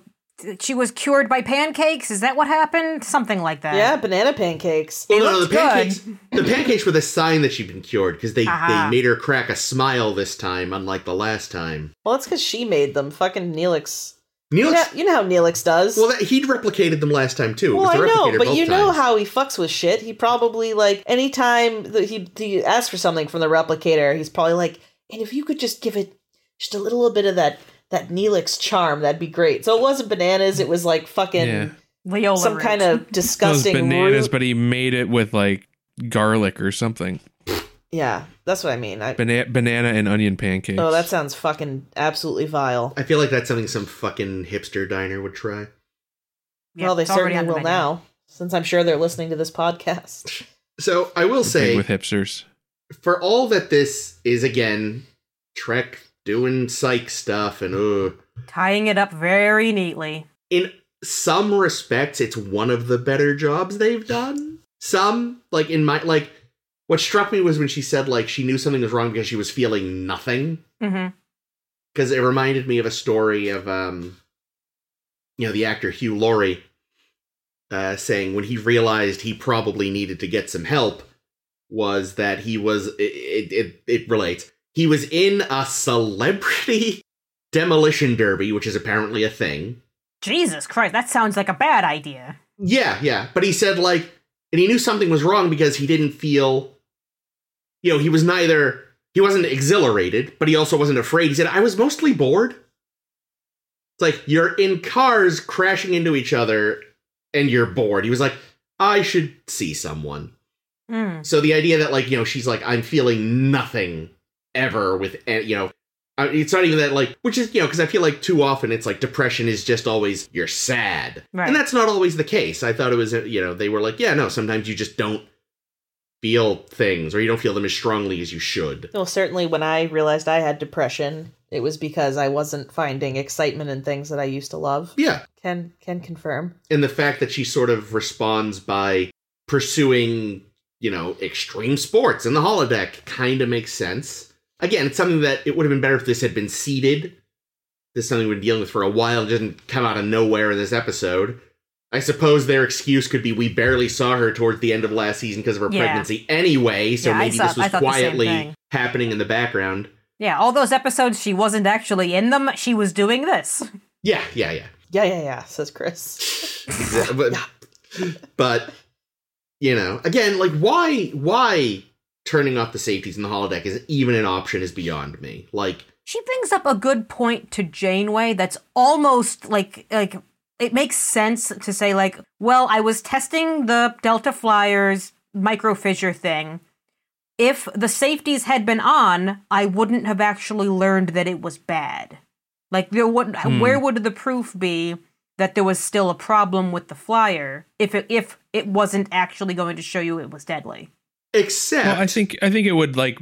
she was cured by pancakes. Is that what happened? Something like that. Yeah, banana pancakes. It Oh, no, no, looked the pancakes- good. The pancakes were the sign that she'd been cured because they, they Uh-huh. Aha. made her crack a smile this time, unlike the last time. Well, it's because she made them. Fucking Neelix. You know, Neelix, you know how Neelix does. well, that, he'd replicated them last time too. It Well, was I the know, replicator but both you know times. how he fucks with shit. He probably like anytime that he he asks for something from the replicator, he's probably like, "And if you could just give it just a little bit of that that Neelix charm, that'd be great." So it wasn't bananas; it was like fucking Yeah. Leola some root. kind of Those disgusting bananas, root- but he made it with like garlic or something. yeah, that's what I mean. I, Bana- banana and onion pancakes. oh, that sounds fucking absolutely vile. I feel like that's something some fucking hipster diner would try. Yeah, well, they it's already certainly on the will menu. now, since I'm sure they're listening to this podcast. So I will Big say with hipsters. for all that this is again Trek doing psych stuff and uh, Tying it up very neatly. in some respects it's one of the better jobs they've done. Some like in my like what struck me was when she said like she knew something was wrong because she was feeling nothing hmm because it reminded me of a story of um you know the actor Hugh Laurie uh saying when he realized he probably needed to get some help was that he was it it, it, it relates he was in a celebrity demolition derby which is apparently a thing Jesus Christ, that sounds like a bad idea. yeah yeah but he said like and he knew something was wrong because he didn't feel you know he was neither he wasn't exhilarated but he also wasn't afraid he said i was mostly bored it's like you're in cars crashing into each other and you're bored he was like i should see someone Mm. so the idea that like you know she's like I'm feeling nothing ever with a- you know I- it's not even that like which is you know because I feel like too often it's like depression is just always you're sad Right. and that's not always the case. I thought it was uh, you know they were like yeah no sometimes you just don't feel things or you don't feel them as strongly as you should. Well, certainly when I realized I had depression, it was because I wasn't finding excitement in things that I used to love. Yeah, Can can confirm. and the fact that she sort of responds by pursuing you know extreme sports in the holodeck kind of makes sense again it's something that it would have been better if this had been seeded this is something we've been dealing with for a while it doesn't come out of nowhere in this episode i suppose their excuse could be we barely saw her towards the end of last season because of her Yeah. pregnancy anyway so Yeah, I maybe saw- this I was thought the same quietly thing. happening in the background yeah, all those episodes she wasn't actually in them. She was doing this. yeah yeah yeah Yeah, yeah, yeah, says Chris. Yeah, but, but you know, again, like why why turning off the safeties in the holodeck is even an option is beyond me. Like She brings up a good point to Janeway that's almost like like it makes sense to say like, well, I was testing the Delta Flyers microfissure thing. If the safeties had been on, I wouldn't have actually learned that it was bad. Like there would Hmm. where would the proof be that there was still a problem with the flyer if it, if it wasn't actually going to show you it was deadly. except Well, I think I think it would like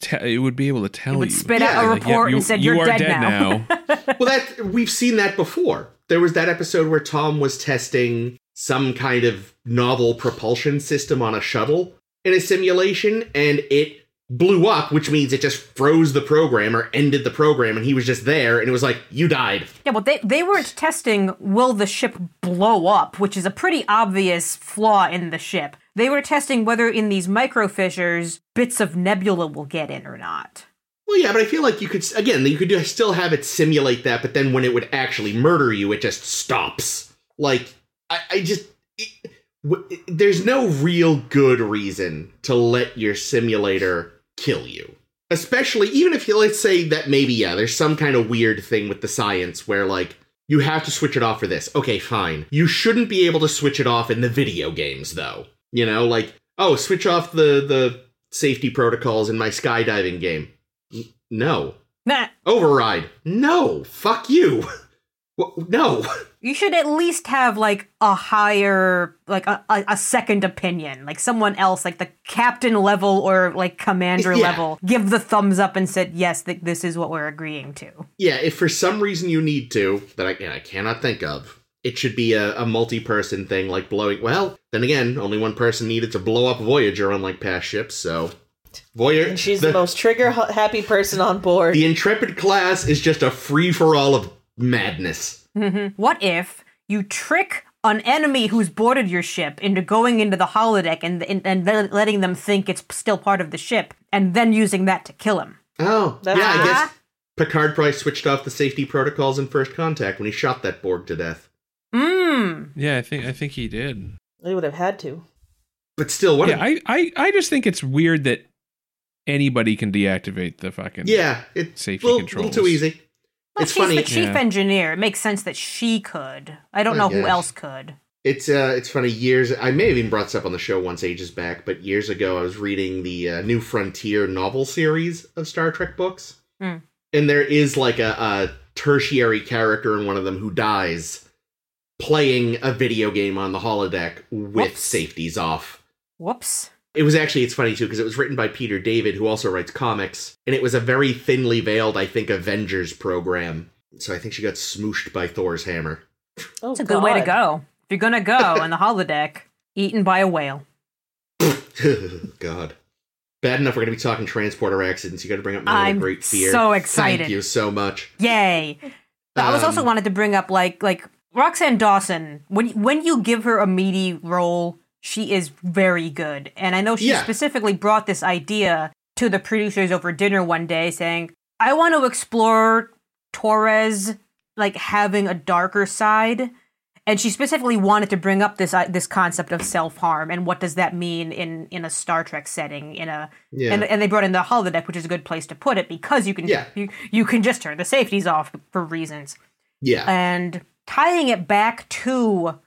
te- it would be able to tell It would you. spit Yeah, out a like, yeah, report you- and said you you're dead, are dead well that we've seen that before. There was that episode where Tom was testing some kind of novel propulsion system on a shuttle in a simulation and it blew up, which means it just froze the program or ended the program, and he was just there, and it was like, you died. Yeah, well, they, they weren't testing will the ship blow up, which is a pretty obvious flaw in the ship. They were testing whether in these micro fissures bits of nebula will get in or not. Well, yeah, but I feel like you could, again, you could just still have it simulate that, but then when it would actually murder you, it just stops. Like, I, I just. It, w- it- there's no real good reason to let your simulator kill you. Especially, even if you, let's say that maybe, yeah, there's some kind of weird thing with the science where, like, you have to switch it off for this. Okay, fine. You shouldn't be able to switch it off in the video games, though. You know, like, oh, switch off the, the safety protocols in my skydiving game. N- no. Nah, Override. No. Fuck you. W- No. you should at least have like a higher, like a, a, a second opinion, like someone else, like the captain level or like commander Yeah. level, give the thumbs up and said, yes, th- this is what we're agreeing to. Yeah, if for some reason you need to, that I, and I cannot think of, it should be a, a multi person thing like blowing. Well, then again, only one person needed to blow up Voyager, unlike past ships, so. Voyager. And she's the, most trigger ha- happy person on board. The Intrepid class is just a free for all of madness. Mm-hmm. Mhm. What if you trick an enemy who's boarded your ship into going into the holodeck and, and, and then letting them think it's still part of the ship and then using that to kill him? Oh, That's- yeah, I Ah. guess Picard probably switched off the safety protocols in First Contact when he shot that Borg to death. Mm. Mmm. Yeah, I think I think he did. They would have had to. But still, what? yeah, Yeah, I, I I just think it's weird that anybody can deactivate the fucking yeah it's safety Safety little, controls. little too easy. Well, It's she's funny- the chief Yeah. engineer. It makes sense that she could. I don't I know who guess. else could. It's uh, it's funny. Years I may have even brought this up on the show once ages back, but years ago I was reading the uh, New Frontier novel series of Star Trek books, Hmm. and there is like a, a tertiary character in one of them who dies playing a video game on the holodeck with Whoops. safeties off. Whoops. It was actually it's funny too because it was written by Peter David, who also writes comics, and it was a very thinly veiled, I think, Avengers program. So I think she got smooshed by Thor's hammer. Oh, It's a good way to God. go. If you're gonna go on the holodeck, eaten by a whale. God. Bad enough we're going to be talking transporter accidents. You got to bring up my other I'm great fear. so excited. Thank you so much. Yay! I was also Um, wanted to bring up like like Roxanne Dawson. When when you give her a meaty role, she is very good. And I know she Yeah. specifically brought this idea to the producers over dinner one day, saying, "I want to explore Torres like having a darker side." And she specifically wanted to bring up this uh, this concept of self harm and what does that mean in in a Star Trek setting in a Yeah. and, and they brought in the holodeck, which is a good place to put it because you can Yeah. you, you can just turn the safeties off for reasons. yeah. And tying it back to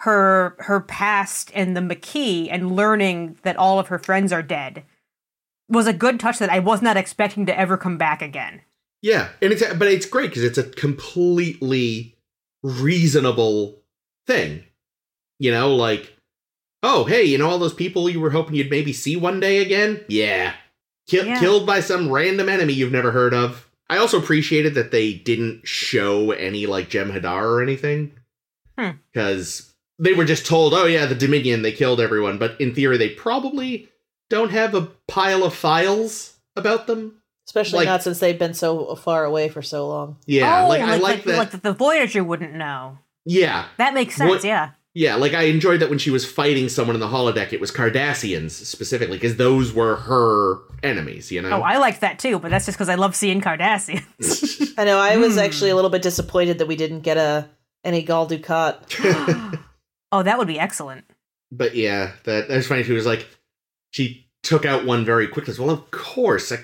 her her past and the McKee and learning that all of her friends are dead was a good touch that I was not expecting to ever come back again. yeah. And it's but it's great cuz it's a completely reasonable thing. You know, like oh, hey, you know all those people you were hoping you'd maybe see one day again? Yeah. Kill, Yeah. Killed by some random enemy you've never heard of. I also appreciated that they didn't show any like Jem'Hadar or anything. Hmm. because they were just told, oh yeah, the Dominion, they killed everyone. But in theory, they probably don't have a pile of files about them. Especially Like- not since they've been so far away for so long. Yeah, like, I like, that. Oh, like the Voyager wouldn't know. yeah, That makes sense. What- yeah, yeah, like I enjoyed that when she was fighting someone in the holodeck. It was Cardassians specifically because those were her enemies. You know. Oh, I liked that too, but that's just because I love seeing Cardassian. I know. I was Hmm. actually a little bit disappointed that we didn't get a any Gal Dukat. oh, that would be excellent. but yeah, that that's funny too. It was like she took out one very quickly. Well, of course, a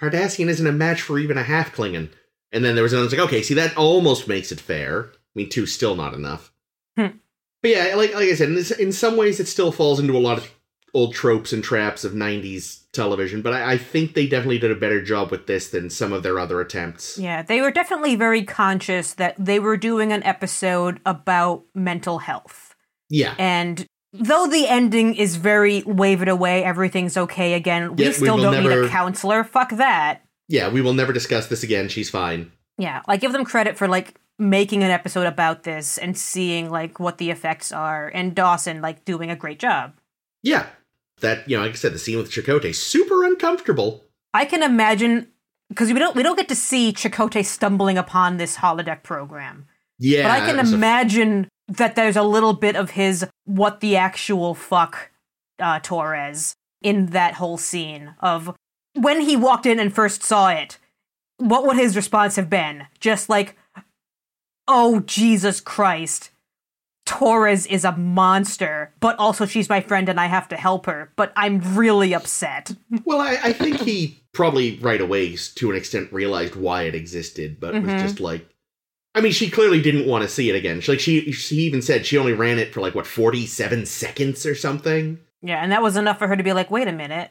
Cardassian isn't a match for even a half Klingon. And then there was another it's like, okay, see that almost makes it fair. I mean, two's still not enough. Hmm. But yeah, like like I said, in, this, in some ways, it still falls into a lot of old tropes and traps of '90s television. But I, I think they definitely did a better job with this than some of their other attempts. Yeah, they were definitely very conscious that they were doing an episode about mental health. Yeah, And though the ending is very wave it away, everything's okay again, we Yeah, we still will don't need a never- counselor. Fuck that. yeah. We will never discuss this again. She's fine. Yeah, like give them credit for like making an episode about this and seeing like what the effects are and Dawson like doing a great job. Yeah. That you know, like I said, the scene with Chakotay super uncomfortable. I can imagine because we don't we don't get to see Chakotay stumbling upon this holodeck program, Yeah, but I can it was a- imagine that there's a little bit of his "what the actual fuck" uh, Torres in that whole scene of when he walked in and first saw it. What would his response have been? Just like, "Oh Jesus Christ." Torres is a monster, but also she's my friend and I have to help her, but I'm really upset. Well, I, I think he probably right away, s- to an extent, realized why it existed, but was Mhm. just like, I mean, she clearly didn't want to see it again. She, like she, she even said she only ran it for like what forty-seven seconds or something. Yeah, and that was enough for her to be like, wait a minute,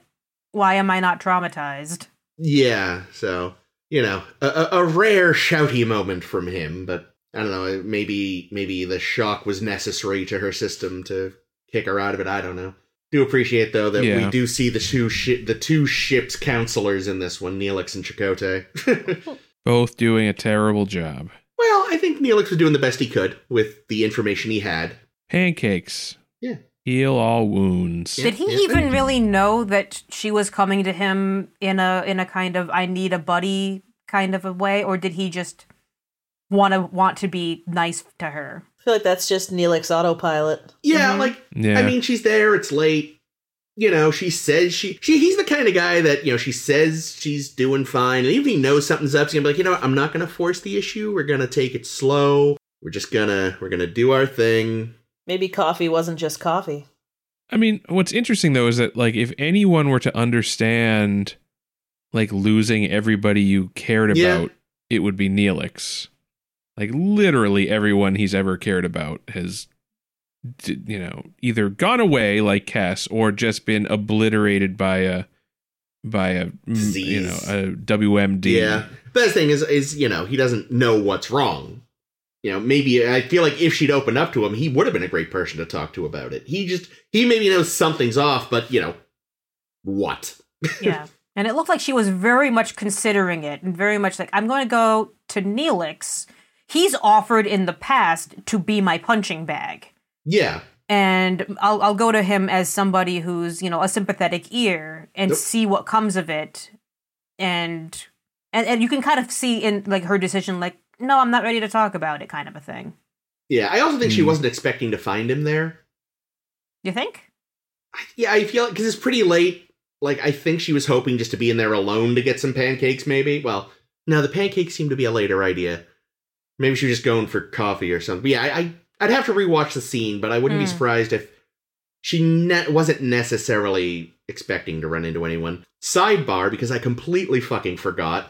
why am I not traumatized? Yeah, so you know, a, a, a rare shouty moment from him, but I don't know. Maybe maybe the shock was necessary to her system to kick her out of it. I don't know. Do appreciate though that we Yeah. do see the two shi the two ships counselors in this one, Neelix and Chakotay. Both doing a terrible job. Well, I think Neelix was doing the best he could with the information he had. Pancakes. Yeah. Heal all wounds. Yeah. Did he even really know that she was coming to him in a in a kind of I need a buddy kind of a way, or did he just want to want to be nice to her? I feel like that's just Neelix autopilot. Yeah, Mhm. like Yeah. I mean, she's there. It's late. You know, she says she she he's the kind of guy that you know she says she's doing fine, and even if he knows something's up, he's gonna be like, you know, what? I'm not gonna force the issue. We're gonna take it slow. We're just gonna we're gonna do our thing. Maybe coffee wasn't just coffee. I mean, what's interesting though is that like if anyone were to understand like losing everybody you cared about, Yeah. it would be Neelix. Like literally everyone he's ever cared about has d- you know either gone away like Cass or just been obliterated by a by a mm, you know Disease. a WMD. Yeah. Best thing is is you know he doesn't know what's wrong. You know, maybe I feel like if she'd opened up to him, he would have been a great person to talk to about it. He just he maybe knows something's off, but you know what? Yeah. and it looked like she was very much considering it and very much like, I'm gonna go to Neelix. He's offered in the past to be my punching bag. Yeah. and I'll I'll go to him as somebody who's you know a sympathetic ear and Yep. see what comes of it, and and and you can kind of see in like her decision like no I'm not ready to talk about it kind of a thing. Yeah, I also think she Hmm. wasn't expecting to find him there. You think? I, yeah, I feel because it's pretty late. Like I think she was hoping just to be in there alone to get some pancakes, maybe. Well, no, the pancakes seem to be a later idea. Maybe she was just going for coffee or something. But yeah, I, I I'd have to rewatch the scene, but I wouldn't be Hmm. surprised if she ne- wasn't necessarily expecting to run into anyone. Sidebar, because I completely fucking forgot.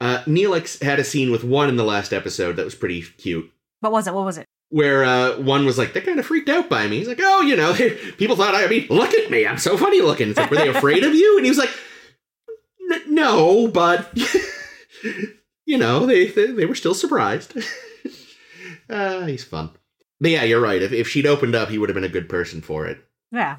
Uh, Neelix had a scene with one in the last episode that was pretty cute What was it? What was it? where uh, one was like, they're kind of freaked out by me. He's like, oh, you know, they, people thought I, I mean, look at me, I'm so funny looking. It's like, were they afraid of you? And he was like, "N- no, but you know, they, they they were still surprised. uh, he's fun, but yeah, you're right. If if she'd opened up, he would have been a good person for it. Yeah.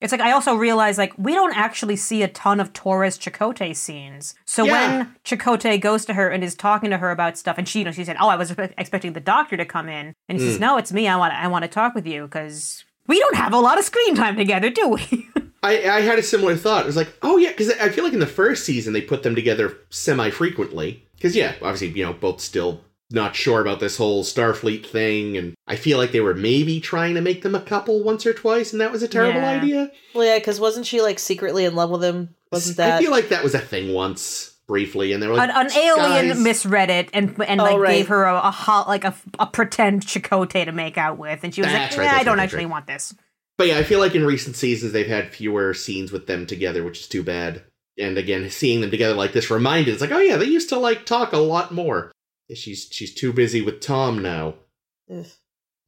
It's like I also realized like we don't actually see a ton of Torres Chicote scenes. So Yeah. when Chicote goes to her and is talking to her about stuff, and she you know she said, "Oh, I was expect- expecting the doctor to come in," and he says, Mm. "No, it's me. I want I want to talk with you because we don't have a lot of screen time together, do we?" I, I had a similar thought. It was like, oh yeah, because I feel like in the first season they put them together semi-frequently. Because yeah, obviously you know both still not sure about this whole Starfleet thing, and I feel like they were maybe trying to make them a couple once or twice, and that was a terrible Yeah. idea. Well, yeah, because wasn't she like secretly in love with him? Wasn't that? I feel like that was a thing once briefly, and they were like, an, an alien guys- misread it and and Oh, like right. gave her a, a hot like a, a pretend Chicote to make out with, and she was That's like, right, "Nah, that's "I don't right, that's actually right. want this." But yeah, I feel like in recent seasons they've had fewer scenes with them together, which is too bad. And again, seeing them together like this reminded it's like, oh yeah, they used to like talk a lot more. She's she's too busy with Tom now Ugh.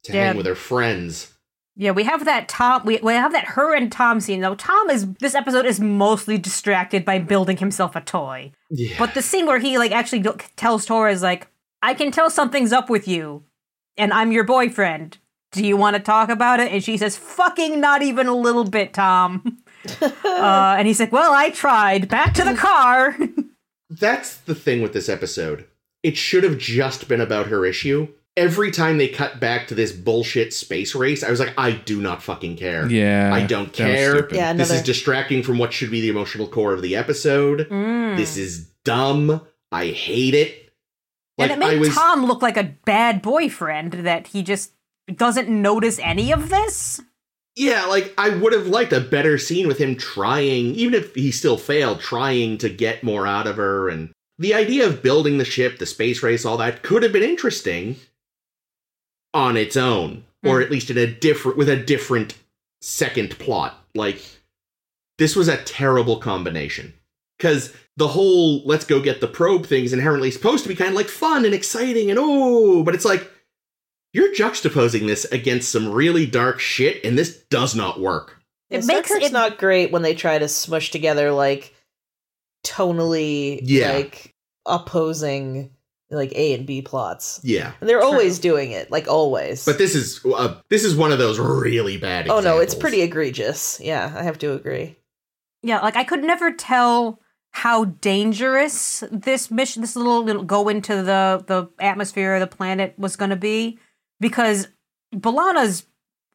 to Yeah. hang with her friends. Yeah, we have that Tom. We, we have that her and Tom scene though. Tom is this episode is mostly distracted by building himself a toy. Yeah. But the scene where he like actually go- tells Torres like, "I can tell something's up with you, and I'm your boyfriend. Do you want to talk about it?" And she says, "Fucking not even a little bit, Tom." uh, and he's like, "Well, I tried. Back to the car." That's the thing with this episode. It should have just been about her issue. every time they cut back to this bullshit space race, I was like, I do not fucking care. Yeah. I don't that was care. stupid. Yeah, This another. is distracting from what should be the emotional core of the episode. Mm. This is dumb. I hate it. Like and it made I was Tom look like a bad boyfriend that he just doesn't notice any of this. Yeah, like I would have liked a better scene with him trying, even if he still failed, trying to get more out of her. And the idea of building the ship, the space race, all that could have been interesting on its own, or at least in a different with a different second plot. Like this was a terrible combination because the whole let's go get the probe thing is inherently supposed to be kind of like fun and exciting and oh, but it's like you're juxtaposing this against some really dark shit, and this does not work. It It makes makes it's it- not great when they try to smush together like tonally Yeah. like opposing like A and B plots. Yeah, And they're True. always doing it, like always. but this is uh, this is one of those really bad. oh no, it's examples. pretty egregious. Yeah, I have to agree. Yeah, like I could never tell how dangerous this mission, this little, little go into the the atmosphere of the planet was going to be, because Balana's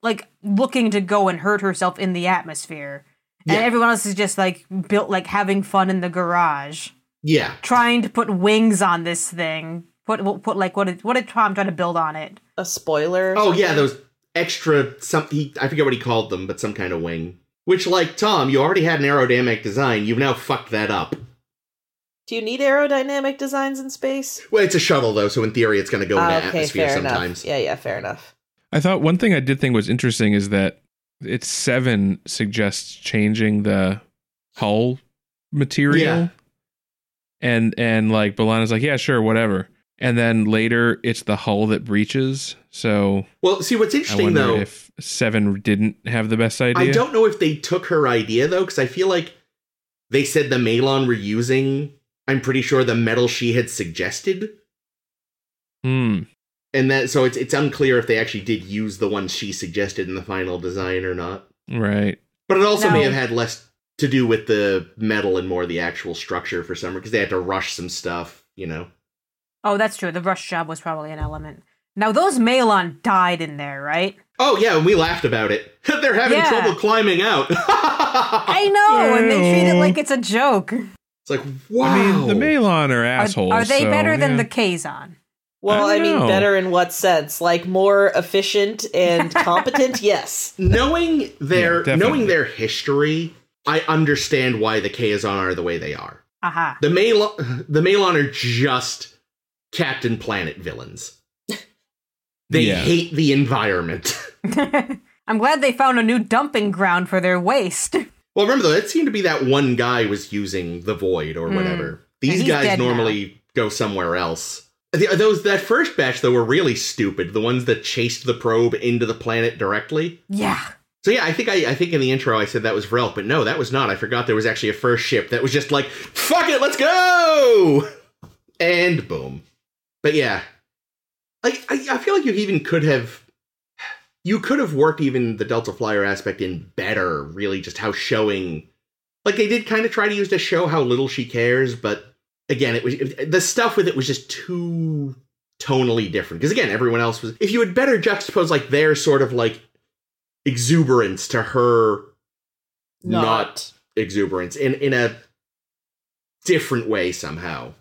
like looking to go and hurt herself in the atmosphere, and Yeah. everyone else is just like built like having fun in the garage, Yeah, trying to put wings on this thing. Put put like what did what did Tom try to build on it? A spoiler. or Oh yeah, something? those extra something. he- I forget what he called them, but some kind of wing. Which, like Tom, you already had an aerodynamic design. You've now fucked that up. Do you need aerodynamic designs in space? Well, it's a shuttle though, so in theory, it's going to go into Ah, atmosphere fair sometimes. enough. Yeah, yeah, fair enough. I thought one thing I did think was interesting is that it's seven suggests changing the hull material. Yeah. And and like Balana's like, yeah, sure, whatever. And then later it's the hull that breaches. So Well, see, what's I interesting wonder though, if Seven didn't have the best idea. I don't know if they took her idea though, because I feel like they said the Malon were using. I'm pretty sure the metal she had suggested, Hmm. and that so it's it's unclear if they actually did use the one she suggested in the final design or not. Right. But it also may No. have had less to do with the metal and more the actual structure for summer because they had to rush some stuff, you know. Oh, that's true. The rush job was probably an element. Now those Malon died in there, right? Oh yeah, and we laughed about it. They're having Yeah. trouble climbing out. I know, and they treat it Ew. like it's a joke. it's like wow. I mean, the Malon are assholes. Are, are they so, better than yeah. the Kazon? Well, I, I don't mean, know. better in what sense? Like more efficient and competent? yes. knowing their Yeah, definitely. knowing their history, I understand why the Kazon are the way they are. Aha. The Malon, the Malon are just Captain Planet villains. They Yeah. hate the environment. I'm glad they found a new dumping ground for their waste. Well, remember though, that seemed to be that one guy was using the void or Mm. whatever. And These he's guys dead now. normally go somewhere else. The- those that first batch though were really stupid. The ones that chased the probe into the planet directly. yeah. So yeah, I think I, I think in the intro I said that was Vrelk, but no, that was not. I forgot there was actually a first ship that was just like, "Fuck it, let's go!" And boom. But yeah, like I, I feel like you even could have, you could have worked even the Delta Flyer aspect in better. Really, just how showing, like they did kind of try to use to show how little she cares, but again, it was it, the stuff with it was just too tonally different. Because again, everyone else was. If you had better juxtapose like their sort of like exuberance to her not, exuberance in in a different way somehow.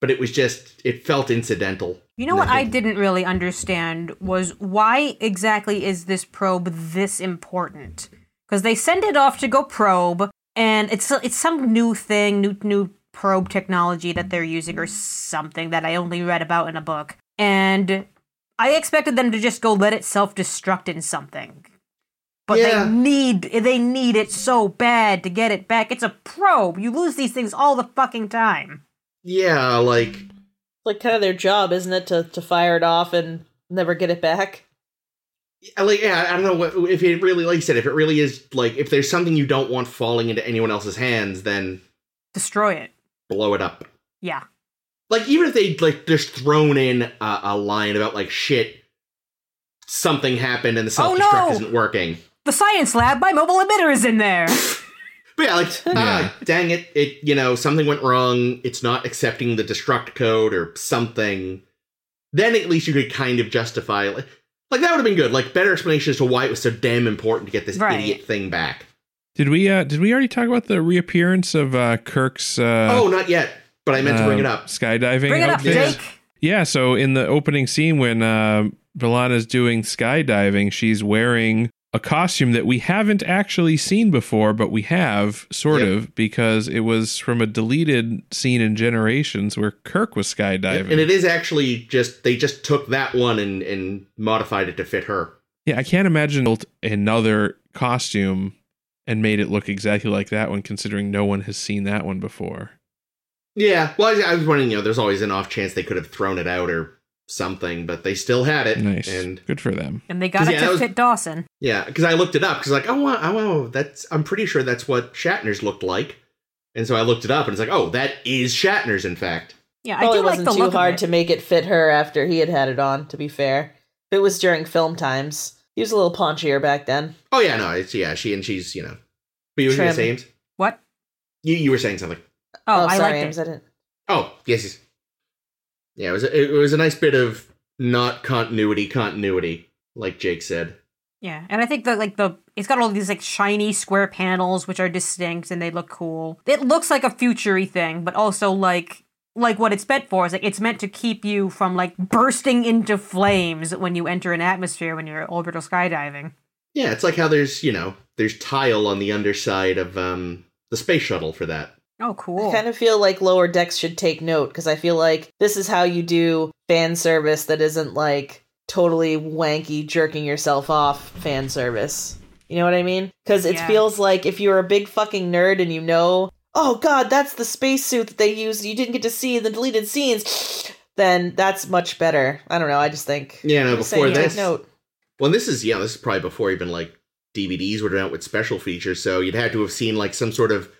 But it was just it felt incidental. You know what I Nothing. didn't really understand was why exactly is this probe this important? Because they send it off to go probe, and it's it's some new thing, new new probe technology that they're using or something that I only read about in a book. And I expected them to just go let it self destruct in something, but Yeah. they need they need it so bad to get it back. It's a probe. You lose these things all the fucking time. Yeah, like Like kind of their job, isn't it, to to fire it off and never get it back? like yeah, I don't know what, if it really like you said if it really is like if there's something you don't want falling into anyone else's hands, then Destroy it. blow it up. Yeah. Like even if they like just thrown in a, a line about like shit, something happened and the Oh, self no! destruct isn't working. The science lab, my mobile emitter is in there. But yeah, like ah, dang it, it you know something went wrong. It's not accepting the destruct code or something. then at least you could kind of justify like, like that would have been good. Like better explanation as to why it was so damn important to get this Right. idiot thing back. Did we uh did we already talk about the reappearance of uh Kirk's uh oh, not yet. But I meant to bring uh, it up. Skydiving. Bring it up, outfit? outfits. Jake. Yeah, so in the opening scene when uh Valana's doing skydiving, she's wearing a costume that we haven't actually seen before, but we have sort Yep. of because it was from a deleted scene in Generations where Kirk was skydiving. And it is actually just they just took that one and and modified it to fit her. yeah, I can't imagine built another costume and made it look exactly like that one, considering no one has seen that one before. Yeah. Well, I, I was wondering, you know, there's always an off chance they could have thrown it out or something, but they still had it. Nice, And good for them. And they got it Yeah, to that was- fit Dawson. yeah, because I looked it up because like, oh wow, oh, wow, that's I'm pretty sure that's what Shatner's looked like. And so I looked it up and it's like, oh, that is Shatner's, in fact. Yeah, I Probably do like wasn't the too look hard of to it. make it fit her after he had had it on. To be fair, if it was during film times, he was a little paunchier back then. Oh yeah, no, it's yeah, she and she's you know, but you were Trim. saying What? you you were saying something. Oh, I sorry, liked it. Ames, I didn't. Oh yes, yes. yeah, it was a, it was a nice bit of not continuity continuity, like Jake said. Yeah, and I think that like the it's got all these like shiny square panels which are distinct and they look cool. It looks like a futury thing, but also like like what it's meant for is like it's meant to keep you from like bursting into flames when you enter an atmosphere when you're orbital skydiving. Yeah, it's like how there's you know there's tile on the underside of um the space shuttle for that. Oh, cool. I kind of feel like lower decks should take note because I feel like this is how you do fan service that isn't like totally wanky jerking yourself off fan service. You know what I mean? Because it Yeah. feels like if you're a big fucking nerd and you know, oh god, that's the spacesuit that they used. You didn't get to see in the deleted scenes. Then that's much better. I don't know. I just think. Yeah, no, Just before saying, this, take note. well, this is yeah, this is probably before even like DVDs were out with special features, so you'd had to have seen like some sort of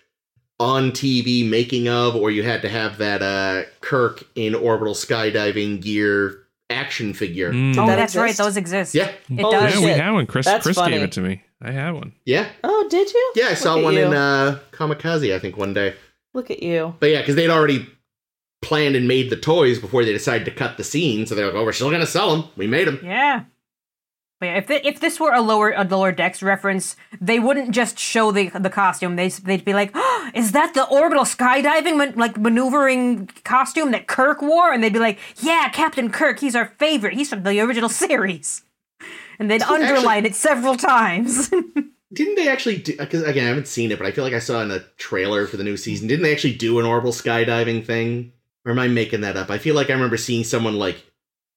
on TV making of, or you had to have that uh Kirk in orbital skydiving gear action figure. Mm. oh, that that's right. exist? Those exist. Yeah, It Holy does. yeah, we shit. had one. Chris Oh, That's Chris funny. gave it to me. I had one. yeah. Oh, did you? Yeah, I saw Look at one in you. uh, Kamikaze, I think, one day. Look at you. But yeah, because they'd already planned and made the toys before they decided to cut the scene. So they're like, oh, we're still going to sell them. We made them. Yeah. But yeah, if thi- if this were a lower a lower decks reference, they wouldn't just show the the costume. They s- they'd be like, oh, "Is that the orbital skydiving man- like maneuvering costume that Kirk wore?" And they'd be like, "Yeah, Captain Kirk. He's our favorite. He's from the original series." And they'd Actually- underline it several times. Didn't they actually do, because again, I haven't seen it, but I feel like I saw in a trailer for the new season, didn't they actually do an orbital skydiving thing? Or am I making that up? I feel like I remember seeing someone like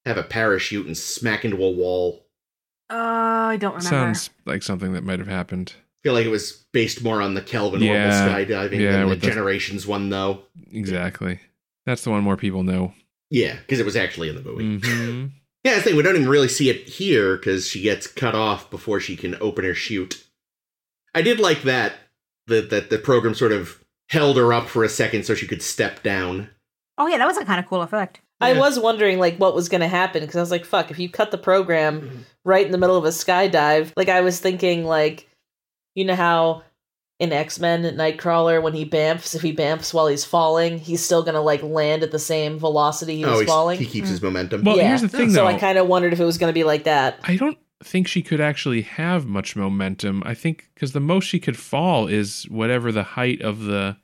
have a parachute and smack into a wall. uh, I don't remember. Sounds like something that might have happened. I feel like it was based more on the Kelvin Yeah. orbital skydiving Yeah, than the with the- Generations one, though. Exactly. That's the one more people know. Yeah, because it was actually in the movie. Mhm. Yeah, that's the thing. We don't even really see it here because she gets cut off before she can open her chute. I did like that that that the program sort of held her up for a second so she could step down. oh yeah, that was a kind of cool effect. I Yeah. was wondering like what was going to happen because I was like, fuck, if you cut the Mm-hmm. program right in the middle of a skydive, like I was thinking like, you know how in X Men Nightcrawler when he bamfs, if he bamfs while he's falling, he's still going to like land at the same velocity he was Oh, he's- falling. he keeps his momentum. Well, Yeah. here's the thing, so though. I kind of wondered if it was going to be like that. I don't think she could actually have much momentum. I think because the most she could fall is whatever the height of the.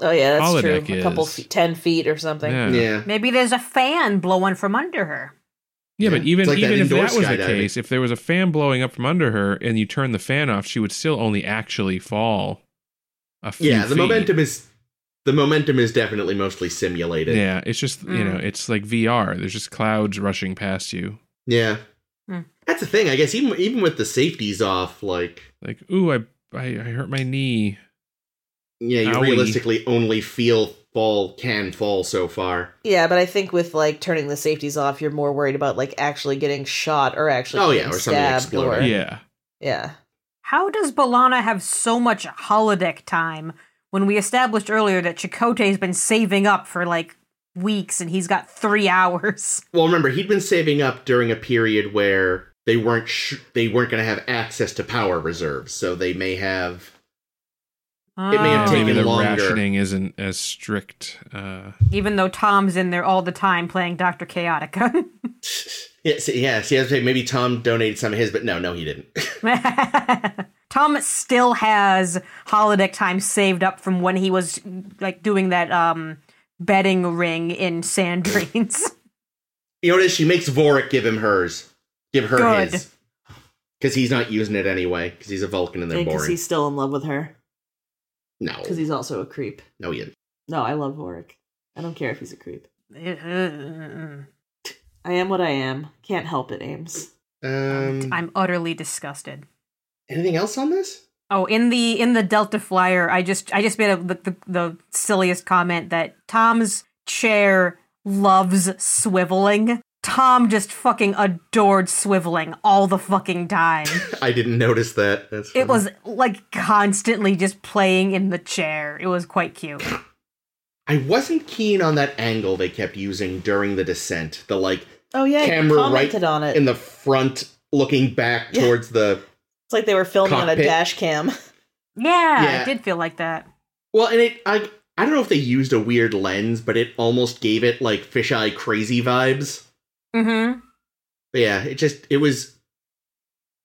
Oh yeah, that's Holodeck true. A couple is- feet, ten feet or something. Yeah, yeah. yeah. Maybe there's a fan blowing from under her. but Yeah. even It's like that even if indoor that was the skydiving. case, if there was a fan blowing up from under her and you turn the fan off, she would still only actually fall. A few Yeah, the feet. momentum is the momentum is definitely mostly simulated. Yeah, it's just you know, Mm. it's like VR. There's just clouds rushing past you. Yeah. Hmm. That's the thing, I guess even even with the safeties off, like Like, ooh, I I, I hurt my knee. yeah, you Owie. realistically only feel fall can fall so far. Yeah, but I think with like turning the safeties off, you're more worried about like actually getting shot or actually Oh, yeah, getting or something stabbed or exploding. Yeah. yeah. How does Balana have so much holodeck time when we established earlier that Chakotay's been saving up for like weeks and he's got three hours? Well, remember he'd been saving up during a period where they weren't sh- they weren't going to have access to power reserves, so they may have It may have Oh. maybe taken the longer. rationing isn't as strict. Uh, Even though Tom's in there all the time playing Dr. Chaotica. Yes, yes, yes. Maybe Tom donated some of his, but no, no, he didn't. Tom still has holodeck time saved up from when he was like doing that um betting ring in Sandrine's. you know what it is? She makes Vorik give him hers. Give her Good. his. Because he's not using it anyway, because he's a Vulcan and they're because boring. he's still in love with her. no. Because he's also a creep. No, he didn't. No, I love Warwick. I don't care if he's a creep. I'm I am what I am. Can't help it, Ames. Um, utterly disgusted. anything else on this? Oh, in the in the Delta Flyer, I just I just made a, the, the the silliest comment that Tom's chair loves swiveling. Tom just fucking adored swiveling all the fucking time. I didn't notice that. That's It funny. was like constantly just playing in the chair. It was quite cute. I wasn't keen on that angle they kept using during the descent. The like Oh yeah, Camera you commented on it. in the front, looking back Yeah. towards the it's like they were filming on a cockpit. dash cam. Yeah, Yeah. it did feel like that. Well, and it I I don't know if they used a weird lens, but it almost gave it like fisheye crazy vibes. Mm-hmm. But yeah, it just it was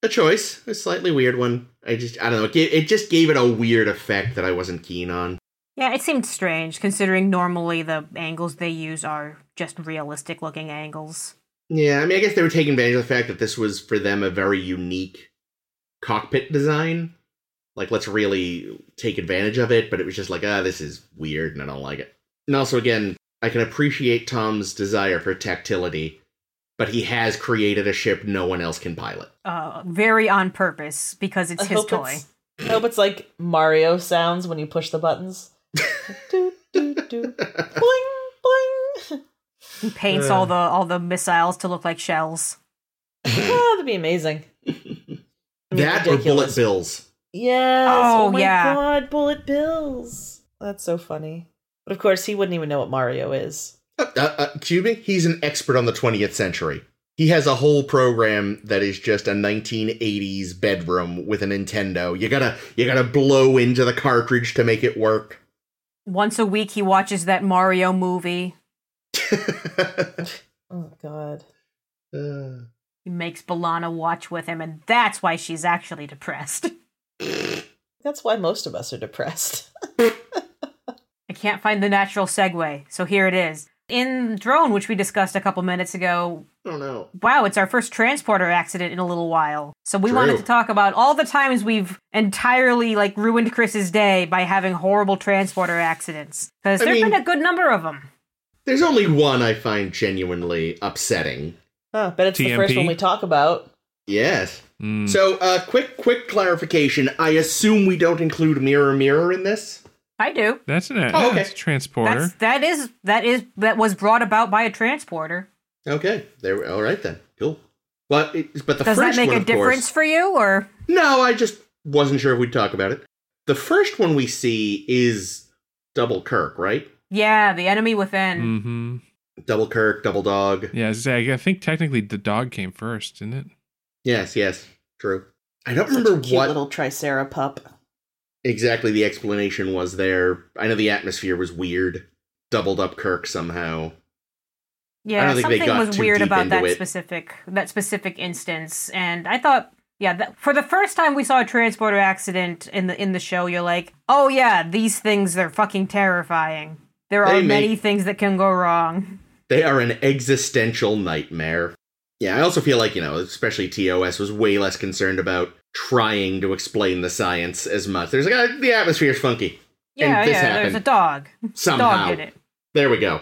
a choice, a slightly weird one. I just I don't know. It, gave, it just gave it a weird effect that I wasn't keen on. Yeah, it seemed strange considering normally the angles they use are just realistic looking angles. Yeah, I mean, I guess they were taking advantage of the fact that this was for them a very unique cockpit design. Like, let's really take advantage of it. But it was just like, ah, this is weird, and I don't like it. And also, again, I can appreciate Tom's desire for tactility, but he has created a ship no one else can pilot. Uh, very on purpose because it's I his hope toy. it's. I hope it's like Mario sounds when you push the buttons. do, do, do. Boing, boing. He paints Uh. all the all the missiles to look like shells. Oh, that'd be amazing. I mean, that or bullet ridiculous. bills. Yes. Oh, Oh, my yeah. god, bullet bills. That's so funny. But of course, he wouldn't even know what Mario is. Uh, uh, uh, excuse me? He's an expert on the 20th century. He has a whole program that is just a 1980s bedroom with a Nintendo. You gotta, you gotta blow into the cartridge to make it work. Once a week, he watches that Mario movie. Oh god. Uh, He makes Balana watch with him, and that's why she's actually depressed. That's why most of us are depressed. I can't find the natural segue, so here it is. In Drone, which we discussed a couple minutes ago, oh no. wow, it's our first transporter accident in a little while. So we wanted True. to talk about all the times we've entirely like ruined Chris's day by having horrible transporter accidents because I there've mean- been a good number of them. There's only one I find genuinely upsetting. Huh, but it's the first TMP? one we talk about. Yes. mm. So, uh, quick, quick clarification. I assume we don't include Mirror Mirror in this? I do. that's an Oh, okay. that's a transporter. That's that is that is that was brought about by a transporter. Okay. There. All right then. Cool. But, it, but the Does that first make one, a of course- difference for you or No, I just wasn't sure if we'd talk about it. The first one we see is Double Kirk, right? yeah, the enemy within. hmm Double Kirk, Double Dog. Mm-hmm. Yeah, as I, say, I think technically the dog came first, didn't it? Yes, yes, true. I don't Such a remember cute what little Tricera pup. exactly the explanation was there. I know the atmosphere was weird. Doubled up Kirk somehow. I Yeah, don't think they something got was too weird deep about into that it. specific that specific instance, and I thought, yeah, that, for the first time we saw a transporter accident in the in the show, you're like, oh yeah, these things they're fucking terrifying. There They are make- many things that can go wrong. They are an existential nightmare. Yeah, I also feel like, you know, especially TOS was way less concerned about trying to explain the science as much. There's like, ah, the atmosphere's funky. Yeah, this yeah, there's happened. a dog. Dog Somehow. did it. There we go.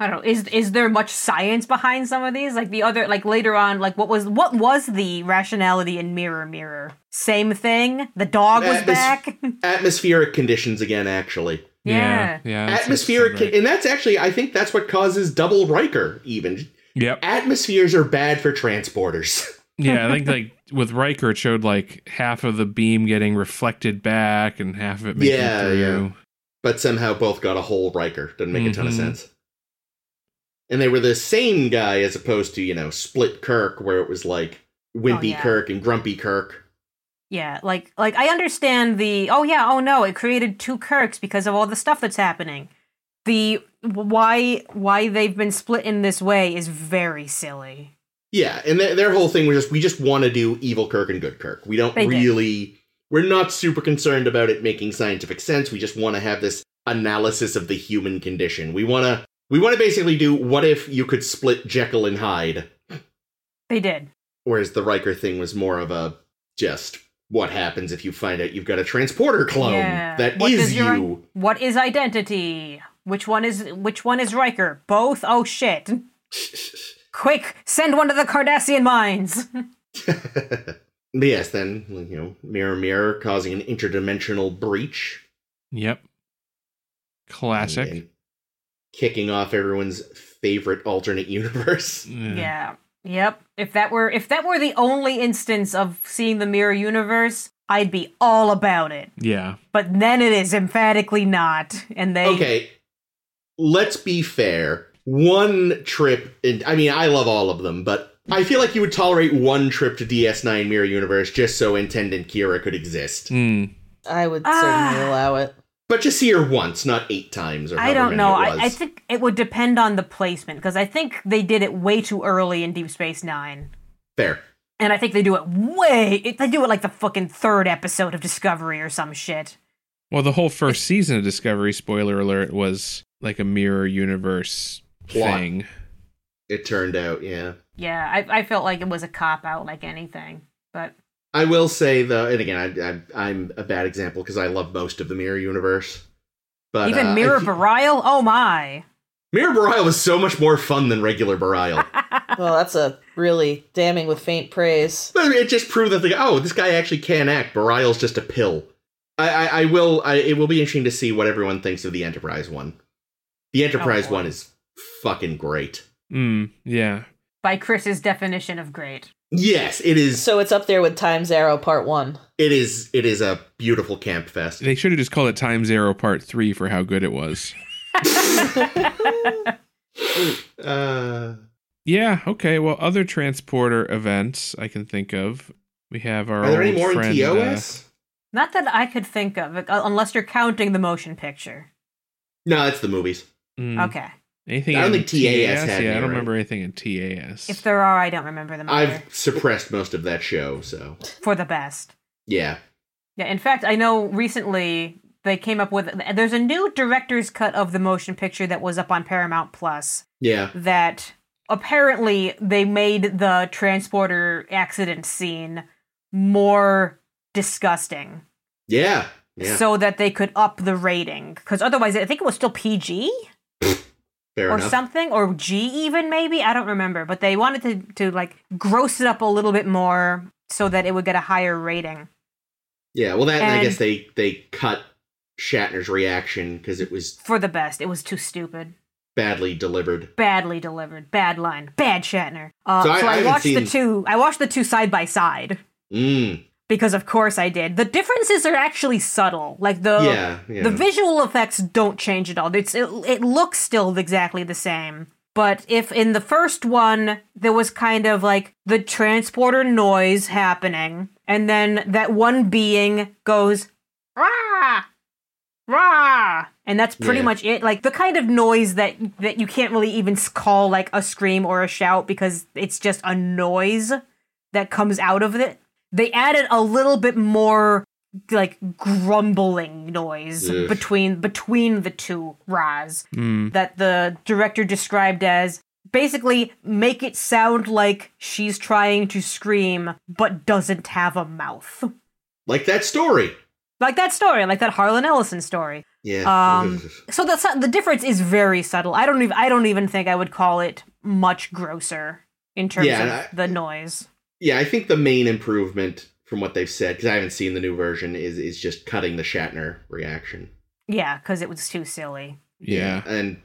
I don't know. Is is there much science behind some of these? Like the other, like later on, like what was what was the rationality in Mirror Mirror? Same thing. The dog was That is- back. atmospheric conditions again atactually Yeah. yeah. yeah that's- atmospheric that sounds right. and that's actually i think that's what causes double riker even Yep. atmospheres are bad for transporters Yeah, I think like with Riker, it showed like half of the beam getting reflected back and half of it making Yeah, yeah. through. but somehow both got a whole riker doesn't make a ton of Mhm. sense and they were the same guy as opposed to you know split kirk where it was like wimpy yeah. kirk and grumpy kirk Yeah, like like I understand the oh yeah, oh no, it created two Kirks because of all the stuff that's happening. The why why they've been split in this way is very silly. Yeah, and their, their whole thing was just we just want to do evil Kirk and good Kirk. We don't They did. really we're not super concerned about it making scientific sense. We just want to have this analysis of the human condition. We want to we want to basically do what if you could split Jekyll and Hyde, They did. whereas the Riker thing was more of a just what happens if you find out you've got a transporter clone Yeah. that is What does your- you. What is identity? Which one is which one is Riker? Both? Oh shit. Quick, send one to the Cardassian mines. But yes, then you know, mirror, mirror, causing an interdimensional breach. Yep. Classic. And kicking off everyone's favorite alternate universe. yeah. Yep. If that were if that were the only instance of seeing the mirror universe, I'd be all about it. Yeah. But then it is emphatically not. And they Okay, let's be fair. One trip, and I mean, I love all of them, but I feel like you would tolerate one trip to DS9 Mirror Universe just so Intendant Kira could exist. Mm. I would Ah. certainly allow it. But just see her once, not eight times. Or I however don't know. many it I, I was. think it would depend on the placement because I think they did it way too early in Deep Space Nine, fair. and I think they do it way. It, they do it like the fucking third episode of Discovery or some shit. Well, the whole first season of Discovery, spoiler alert, was like a mirror universe Plot. thing. It turned out, yeah. Yeah, I, I felt like it was a cop out, like anything. But I will say though, and again, I, I, I'm a bad example because I love most of the Mirror Universe. But even uh, Mirror I- Burial, oh my! Mirror Burial was so much more fun than regular Burial. Well, that's a really damning with faint praise. But I mean, it just proved that the oh, this guy actually can act. Burial's just a pill. I, I, I will. I, it will be interesting to see what everyone thinks of the Enterprise one. The Enterprise Oh, boy. one is fucking great. Mm. Yeah. By Chris's definition of great, Yes, it is. So it's up there with Time's Arrow Part 1. it is. It is a beautiful camp fest. They should have just called it Time Zero Part 3 for how good it was. Uh, Yeah. Okay. Well, other transporter events I can think of. We have our. are there old any more friend, in uh, TOS? not that I could think of, uh, unless you're counting the motion picture. no, that's the movies. mm, Okay, Anything I don't in think TAS had Yeah, I any, don't right? remember anything in TAS. if there are, I don't remember them. either. I've suppressed most of that show, so for the best. yeah. Yeah, in fact, I know recently they came up with there's a new director's cut of the motion picture that was up on Paramount Plus Yeah. that apparently they made the transporter accident scene more disgusting Yeah. Yeah. so that they could up the rating cuz otherwise I think it was still PG fair or enough. something or G even maybe I don't remember but they wanted to to like gross it up a little bit more so that it would get a higher rating. yeah. Well, that and I and- guess they they cut Shatner's reaction because it was For the best. It was too stupid. badly delivered. badly delivered, bad line, bad Shatner. Uh, So so I- I, I haven't watched seen- the two. I watched the two side by side Mm. because, of course, I did. The differences are actually subtle. Like the yeah. Yeah. the visual effects don't change at all. It's it, it looks still exactly the same. But if in the first one there was kind of like the transporter noise happening, and then that one being goes rah rah, and that's pretty Yeah. much it. Like the kind of noise that that you can't really even s- call like a scream or a shout because it's just a noise that comes out of it. They added a little bit more like grumbling noise Ugh. between between the two Raz Mm. that the director described as basically make it sound like she's trying to scream but doesn't have a mouth. like that story. Like that story, like that Harlan Ellison story. Yeah. Um, So the su- the difference is very subtle. I don't even I don't even think I would call it much grosser in terms Yeah, of and I- the noise. yeah. I think the main improvement from what they've said because I haven't seen the new version is is just cutting the Shatner reaction. Yeah, because it was too silly. Yeah. And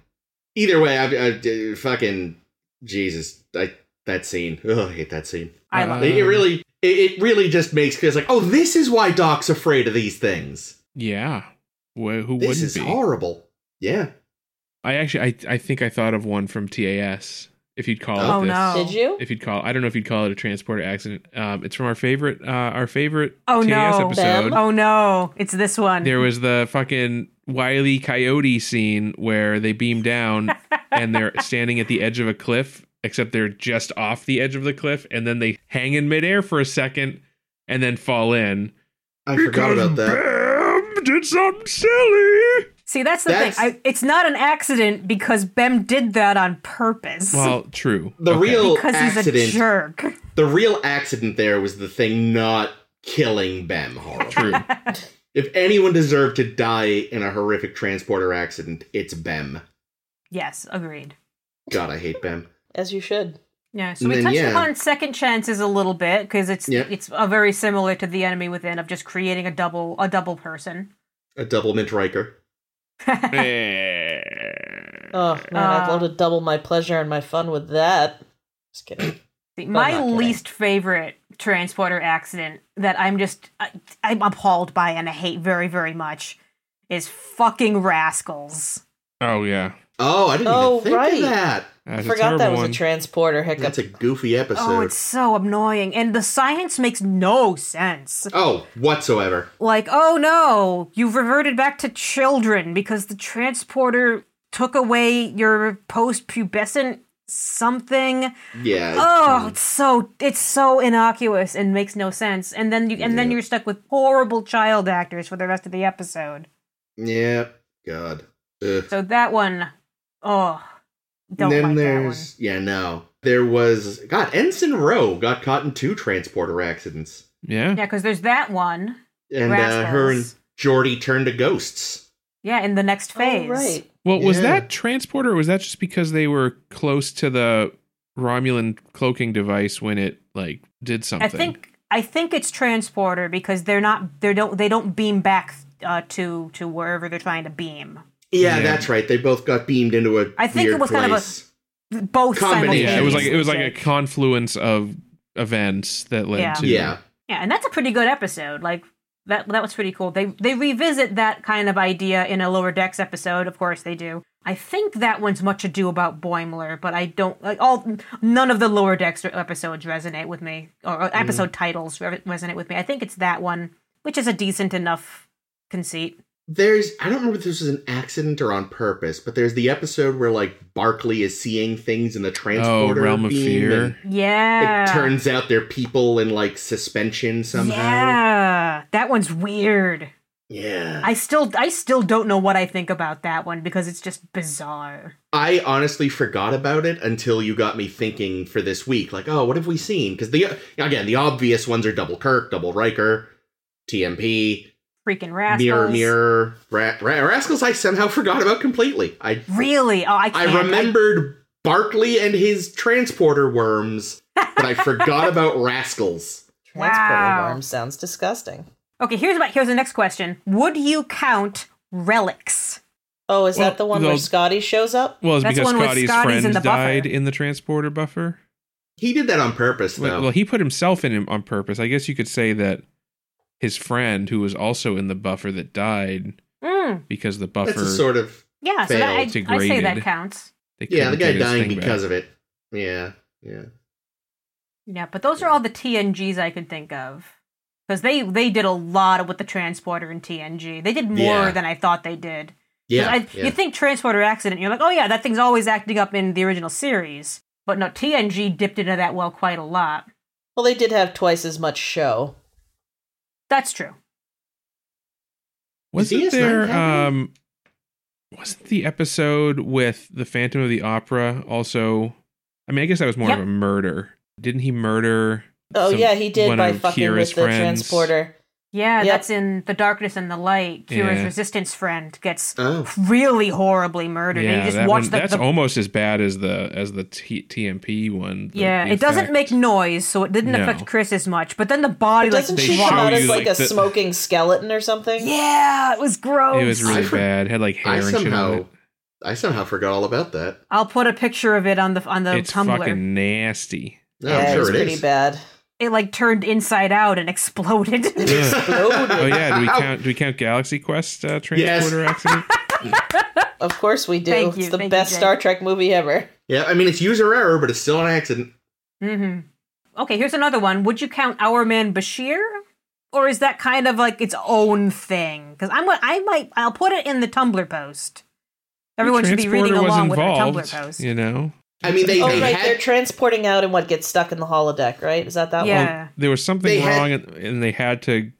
either way, I, I, I fucking Jesus, I that scene. Ugh, I hate that scene. I Uh, love It, it. it really, it, it really just makes because like, oh, this is why Doc's afraid of these things. Yeah. Wh- who This wouldn't is be? horrible. Yeah, I actually, I, I think I thought of one from TAS. It if you'd call Oh, it this. no. Did you? If you'd call, I don't know if you'd call it a transporter accident. Um, it's from our favorite, uh, our favorite Oh, TAS no. episode. Them? Oh no, it's this one. There was the fucking Wiley Coyote scene where they beam down and they're standing at the edge of a cliff, except they're just off the edge of the cliff, and then they hang in midair for a second and then fall in. I forgot about that. Bam did something silly. See, that's the That's- thing. I, it's not an accident because Bem did that on purpose. Well, true. The Okay. real because he's a accident jerk. the real accident there was the thing not killing Bem horrible. True. if anyone deserved to die in a horrific transporter accident, it's Bem. Yes, agreed. God, I hate Bem. As you should. Yeah, so And we then, touched yeah. upon second chances a little bit because it's Yep. it's a very similar to the enemy within of just creating a double a double person. A double mint Riker. Oh man, I'd Uh, love to double my pleasure and my fun with that. Just kidding. Oh, See, My not kidding. least favorite transporter accident that I'm just I, I'm appalled by and I hate very very much is fucking rascals. oh yeah. Oh, I didn't Oh, even think right. of that. That's a Forgot that terrible was one. a transporter hiccup. That's a goofy episode. Oh, it's so annoying, and the science makes no sense. oh whatsoever. like, oh no, you've reverted back to children because the transporter took away your post-pubescent something. Yeah. Oh, it's so it's so innocuous and makes no sense. And then you and then Yeah. you're stuck with horrible child actors for the rest of the episode. Yeah. God. Ugh. So that one, oh, And don't then like there's yeah no there was God Ensign Rowe got caught in two transporter accidents that Yeah. one. Yeah, because there's that one. and uh, her and Rascals. Jordy turned to ghosts. Yeah, in the next phase. Oh, right. Well, was Yeah. that transporter or was that just because they were close to the Romulan cloaking device when it like did something? I think I think it's transporter because they're not they don't they don't beam back uh, to to wherever they're trying to beam. Yeah, Yeah. that's right. They both got beamed into a I think it weird was kind of a- place. Both Combination. yeah, it was like it was like a simultaneously. confluence of events that led Yeah. to Oh, yeah yeah, and that's a pretty good episode. Like that that was pretty cool. They they revisit that kind of idea in a lower decks episode. Of course they do. I think that one's much ado about Boimler, but I don't like all none of the lower decks episodes resonate with me or Mm. or episode titles re- resonate with me. I think it's that one, which is a decent enough conceit. there's I don't remember if this was an accident or on purpose, but there's the episode where like Barclay is seeing things in the oh transporter realm of beam, fear. and Yeah. It turns out they're people in like suspension somehow. Yeah, that one's weird. Yeah. I still I still don't know what I think about that one because it's just bizarre. I honestly forgot about it until you got me thinking for this week. Like, oh, what have we seen? Because the again, the obvious ones are Double Kirk, Double Riker, TMP, Freaking rascals. Mirror Mirror, Ra- Ra- Rascals. I somehow forgot about completely. I Really? Oh, I I can't. remembered Barkley and his transporter worms, but I forgot about Rascals. Transporter Wow. worm sounds disgusting. okay, here's my here's the next question. Would you count relics? Oh, is Well, that the one where those- Scotty shows up? Well, it's That's because one with Scotty's, Scotty's in friend the buffer. died in the transporter buffer. He did that on purpose, though. Well, well, he put himself in him on purpose. I guess you could say that his friend, who was also in the buffer, that died Mm, because the That's buffer a sort of yeah, so that, I, Failed to I say grade that it. counts. they yeah, the couldn't guy get his dying thing back. because of it. Yeah, yeah. Yeah, but those are all the TNGs I could think of. Because they they did a lot with the transporter and TNG. They did more Yeah. than I thought they did. 'Cause Yeah, I, yeah. You think transporter accident, you're like, oh yeah, that thing's always acting up in the original series. But no, TNG dipped into that well quite a lot. Well, they did have twice as much show. That's true. Is Wasn't DS9 there happening? um wasn't the episode with the Phantom of the Opera also I mean I guess that was more of Yep. a murder. Didn't he murder Oh some- yeah, he did one by of fucking Kira's with the friends? transporter. Yeah, Yep. that's in The Darkness and the Light. Kira's Yeah. resistance friend gets oh, really horribly murdered. and Yeah, you just that watch one- the, that's the- almost as bad as the as the T- TMP one. the- Yeah, the it doesn't effect. make noise, so it didn't No. affect Chris as much. But then the body like Doesn't they she show come out you, as like, like, a the- smoking skeleton or something? Yeah, it was gross. It was I really for- bad. Had like hair I and shit on it. somehow, I somehow forgot all about that. I'll put a picture of it on the on the it's Tumblr. fucking nasty. No, Yeah, I'm it was sure it pretty is. bad. It like turned inside out and exploded. Ugh. Exploded. oh yeah, do we count do we count Galaxy Quest uh, transporter accident? Of course we do. Thank you, it's the thank you, best Jay. Star Trek movie ever. Yeah, I mean it's user error, but it's still an accident. hmm Okay, here's another one. Would you count Our Man Bashir, or is that kind of like its own thing? Because I'm, I might, I'll put it in the Tumblr post. Everyone should be reading Transporter was along with our Tumblr involved, post. You know, I mean, they- Oh, they right. had- They're transporting out and what gets stuck in the holodeck, right? Is that that Yeah. one? Oh, there was something They had- wrong, and, and they had to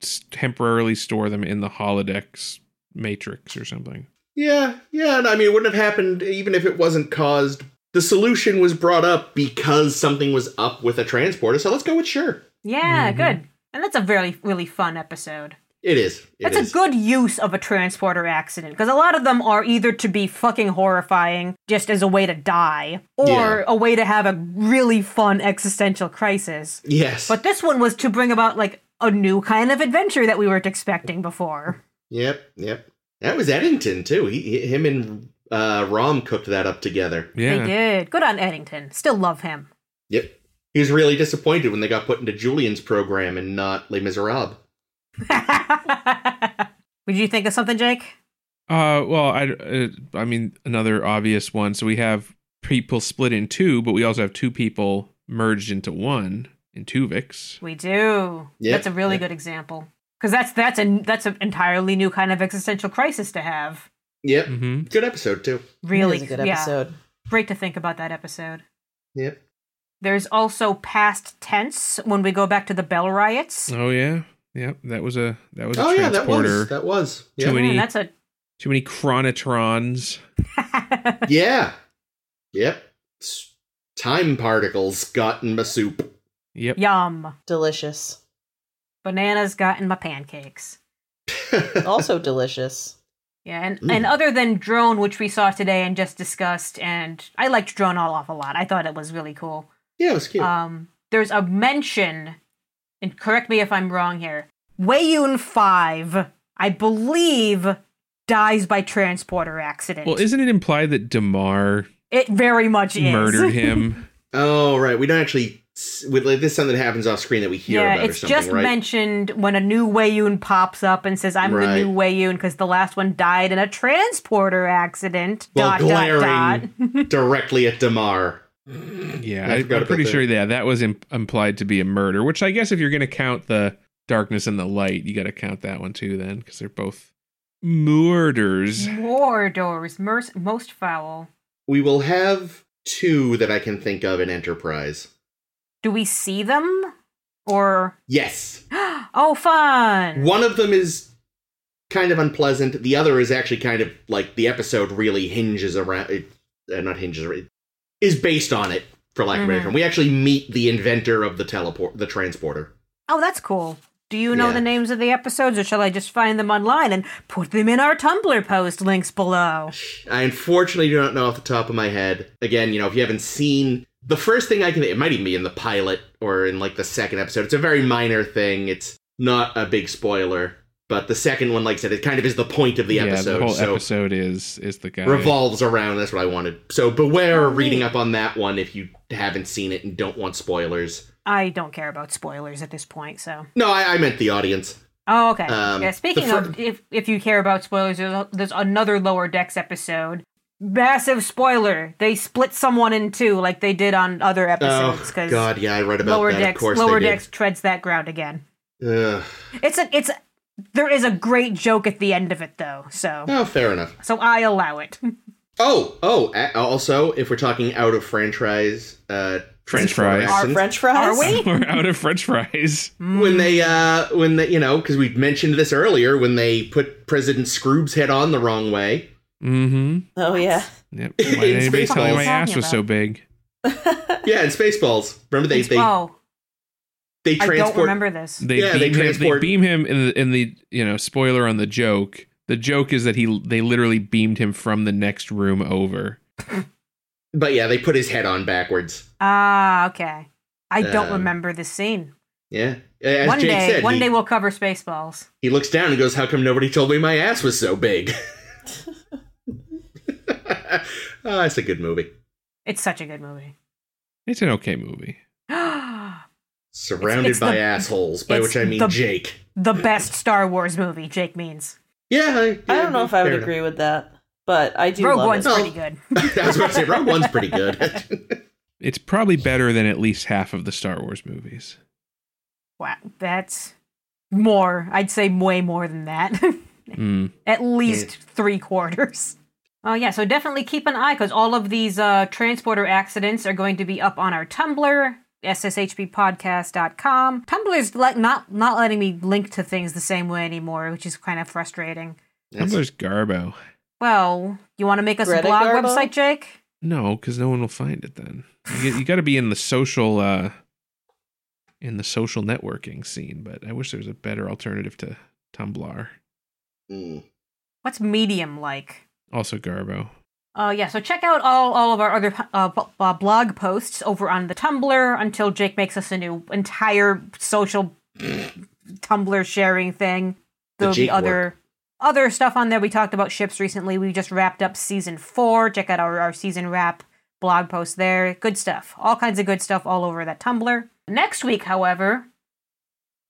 s- temporarily store them in the holodecks matrix or something. Yeah, yeah, and I mean it wouldn't have happened even if it wasn't caused. The solution was brought up because something was up with a transporter. So let's go with sure. Yeah, Mhm. good. And that's a very, really fun episode. It is. It That's is. a good use of a transporter accident because a lot of them are either to be fucking horrifying just as a way to die or Yeah. a way to have a really fun existential crisis. yes. But this one was to bring about like a new kind of adventure that we weren't expecting before. Yep, yep. That was Eddington too. He, he- him and uh, Rom cooked that up together. They Yeah, did. Good on Eddington. Still love him. Yep. He was really disappointed when they got put into Julian's program and not Les Miserables. Would you think of something, Jake? uh, well, I, uh, I mean, another obvious one. So we have people split in two, but we also have two people merged into one in Tuvix. We do. Yeah, That's a really yeah. good example because that's that's an that's an entirely new kind of existential crisis to have. Yep. Mm-hmm. Good episode too. Really That was a good yeah. episode. Great to think about that episode. Yep. There's also past tense when we go back to the Bell riots. Oh yeah, yep. That was a that was a Oh yeah, that transporter. was that was. Too Yeah. many- Man, that's a Too many chronotrons. yeah. Yep. S- Time particles got in my soup. Yep. yum. Delicious. Bananas got in my pancakes. Also delicious. Yeah, and, Ooh. and other than drone, which we saw today and just discussed, and I liked drone all off a lot. I thought it was really cool. yeah, it was cute. Um, there's a mention, and correct me if I'm wrong here. Wayun Five, I believe, dies by transporter accident. Well, isn't it implied that Damar it very much is murdered him? oh right, we don't actually. s- With like, this is something that happens off screen that we hear yeah, about it's or something, just right? mentioned when a new Wayun pops up and says, "I'm the Right. new Wayun," because the last one died in a transporter accident. Well, dot dot glaring. dot. Directly at Damar. yeah, I I, forgot am about pretty that. sure. Yeah, that was im- implied to be a murder. Which I guess if you're going to count the darkness and the light, you got to count that one too, then, because they're both murders. Mordor's merc- most foul. We will have two that I can think of in Enterprise. Do we see them? Or Yes. oh, fun! One of them is kind of unpleasant. The other is actually kind of like the episode really hinges around it uh, not hinges around- is based on it for lack of a better Mhm. term. We actually meet the inventor of the teleport the transporter. Oh, that's cool. Do you know Yeah. the names of the episodes, or shall I just find them online and put them in our Tumblr post links below? I unfortunately do not know off the top of my head. Again, you know, if you haven't seen the first thing I can, it might even be in the pilot or in like the second episode. It's a very minor thing. It's not a big spoiler, but the second one, like I said, it kind of is the point of the yeah, episode. the whole so episode is is the guy. revolves around. That's what I wanted. So beware of Oh, reading neat. up on that one if you haven't seen it and don't want spoilers. I don't care about spoilers at this point, so. No, I, I meant the audience. Oh, okay. Um, yeah, the speaking fir- of, if, if you care about spoilers, there's, a- there's another Lower Decks episode. Massive spoiler! They split someone in two, like they did on other Oh episodes, because God, yeah, I read about Lower that. Decks, of course, Lower they Decks treads that ground again. Did. Ugh. It's a it's a, there is a great joke at the end of it though, so Oh, fair enough. so I allow it. Oh, oh, a- also, if we're talking out of franchise, uh, French transporter fries. Our accidents, French fries? Are we? We're out of French fries. when they, Mm. uh, when they, you know, because we mentioned this earlier, when they put President Scroob's head on the wrong way, Mm-hmm. Oh yeah. Yep. Why In did anybody tell me Spaceballs. my ass was so big? yeah, in Spaceballs, remember they, they, oh, they I don't transport, remember this. They Yeah, beam they him, transport- They beam him in the in the you know spoiler on the joke. The joke is that he they literally beamed him from the next room over. but yeah, they put his head on backwards. Ah, okay. I don't Um, remember this scene. Yeah, as one Jake day, said, one he, day we'll cover Spaceballs. he looks down and goes, "How come nobody told me my ass was so big?" oh, that's a good movie. It's such a good movie. It's an okay movie. the Surrounded it's by the- assholes, by it's which I mean the- Jake. best Star Wars movie, Jake means. Yeah, I, I don't know if I would fair enough. agree with that, but I do Rogue love One's it. Well- pretty good. I was about to say Rogue One's pretty good. It's probably better than at least half of the Star Wars movies. Wow, that's more. I'd say way more than that. Mm. At least three quarters. Oh yeah, so definitely keep an eye because all of these uh, transporter accidents are going to be up on our Tumblr, sshbpodcast.com. Tumblr's le- not not letting me link to things the same way anymore, which is kind of frustrating. Tumblr's Garbo. Well, you want to make us a Greta blog Garbo? website, Jake? No, because no one will find it then. You, get- you got to be in the social, uh, in the social networking scene. But I wish there was a better alternative to Tumblr. Mm. What's Medium like? Also Garbo. Uh, yeah, so check out all, all of our other uh, b- uh, blog posts over on the Tumblr until Jake makes us a new entire social Tumblr sharing thing. The There'll be Jake work. other other stuff on there. We talked about ships recently. We just wrapped up season four. Check out our, our season wrap blog post there. Good stuff. All kinds of good stuff all over that Tumblr. Next week, however,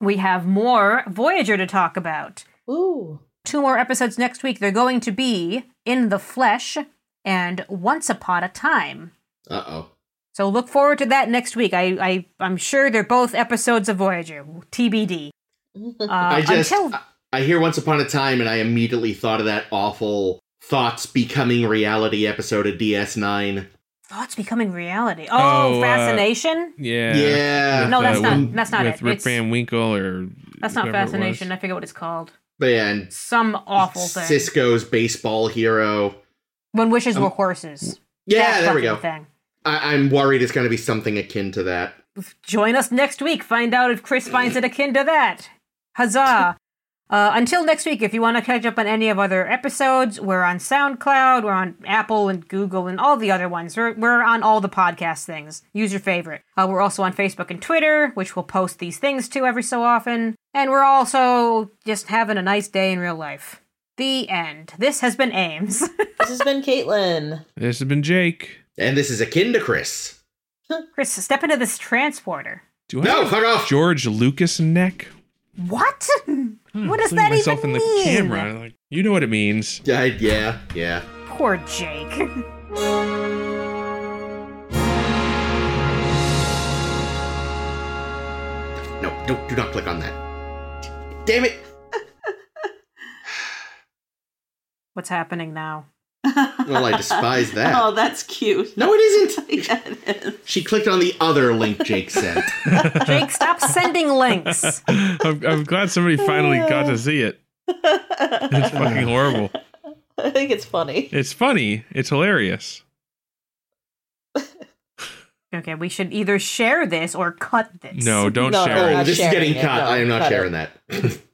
we have more Voyager to talk about Ooh. two more episodes next week. They're going to be In the Flesh and Once Upon a Time. Uh oh. So look forward to that next week. I, I I'm sure they're both episodes of Voyager. TBD. Uh, I just until I, I hear Once Upon a Time, and I immediately thought of that awful thoughts becoming reality episode of DS9. thoughts Oh, becoming reality. Oh, Oh, uh, fascination. Yeah. Yeah, No, that's not- with- uh, that's not with it. Rip It's- Van Winkle or That's not whoever it was. fascination. I forget what it's called. But yeah, and Some awful thing. Cisco's baseball hero. when wishes Um, were horses. Yeah, That there we fucking go. Thing. I, I'm worried it's going to be something akin to that. join us next week. Find out if Chris finds it akin to that. Huzzah! Uh, until next week, if you want to catch up on any of other episodes, we're on SoundCloud, we're on Apple and Google and all the other ones. We're, we're on all the podcast things. Use your favorite. Uh, we're also on Facebook and Twitter, which we'll post these things to every so often. And we're also just having a nice day in real life. The end. This has been Ames. This has been Caitlin. This has been Jake. And this is akin to Chris. Chris, step into this transporter. Do I No, have fuck off. George Lucas neck? What? Hmm, What does including that myself even in the mean? camera. Like, you know what it means. I, yeah, yeah. Poor Jake. No, don't do not click on that. Damn it. What's happening now? Well, I despise that. Oh, that's cute. No, it isn't. Yeah, it is. She clicked on the other link Jake sent. Jake, stop sending links. I'm, I'm glad somebody finally got to see it. It's fucking horrible. I think it's funny. It's funny. It's hilarious. Okay, we should either share this or cut this. No, don't No, share no, it. Oh, not this is sharing getting it. caught. No, I am not cut it. sharing that.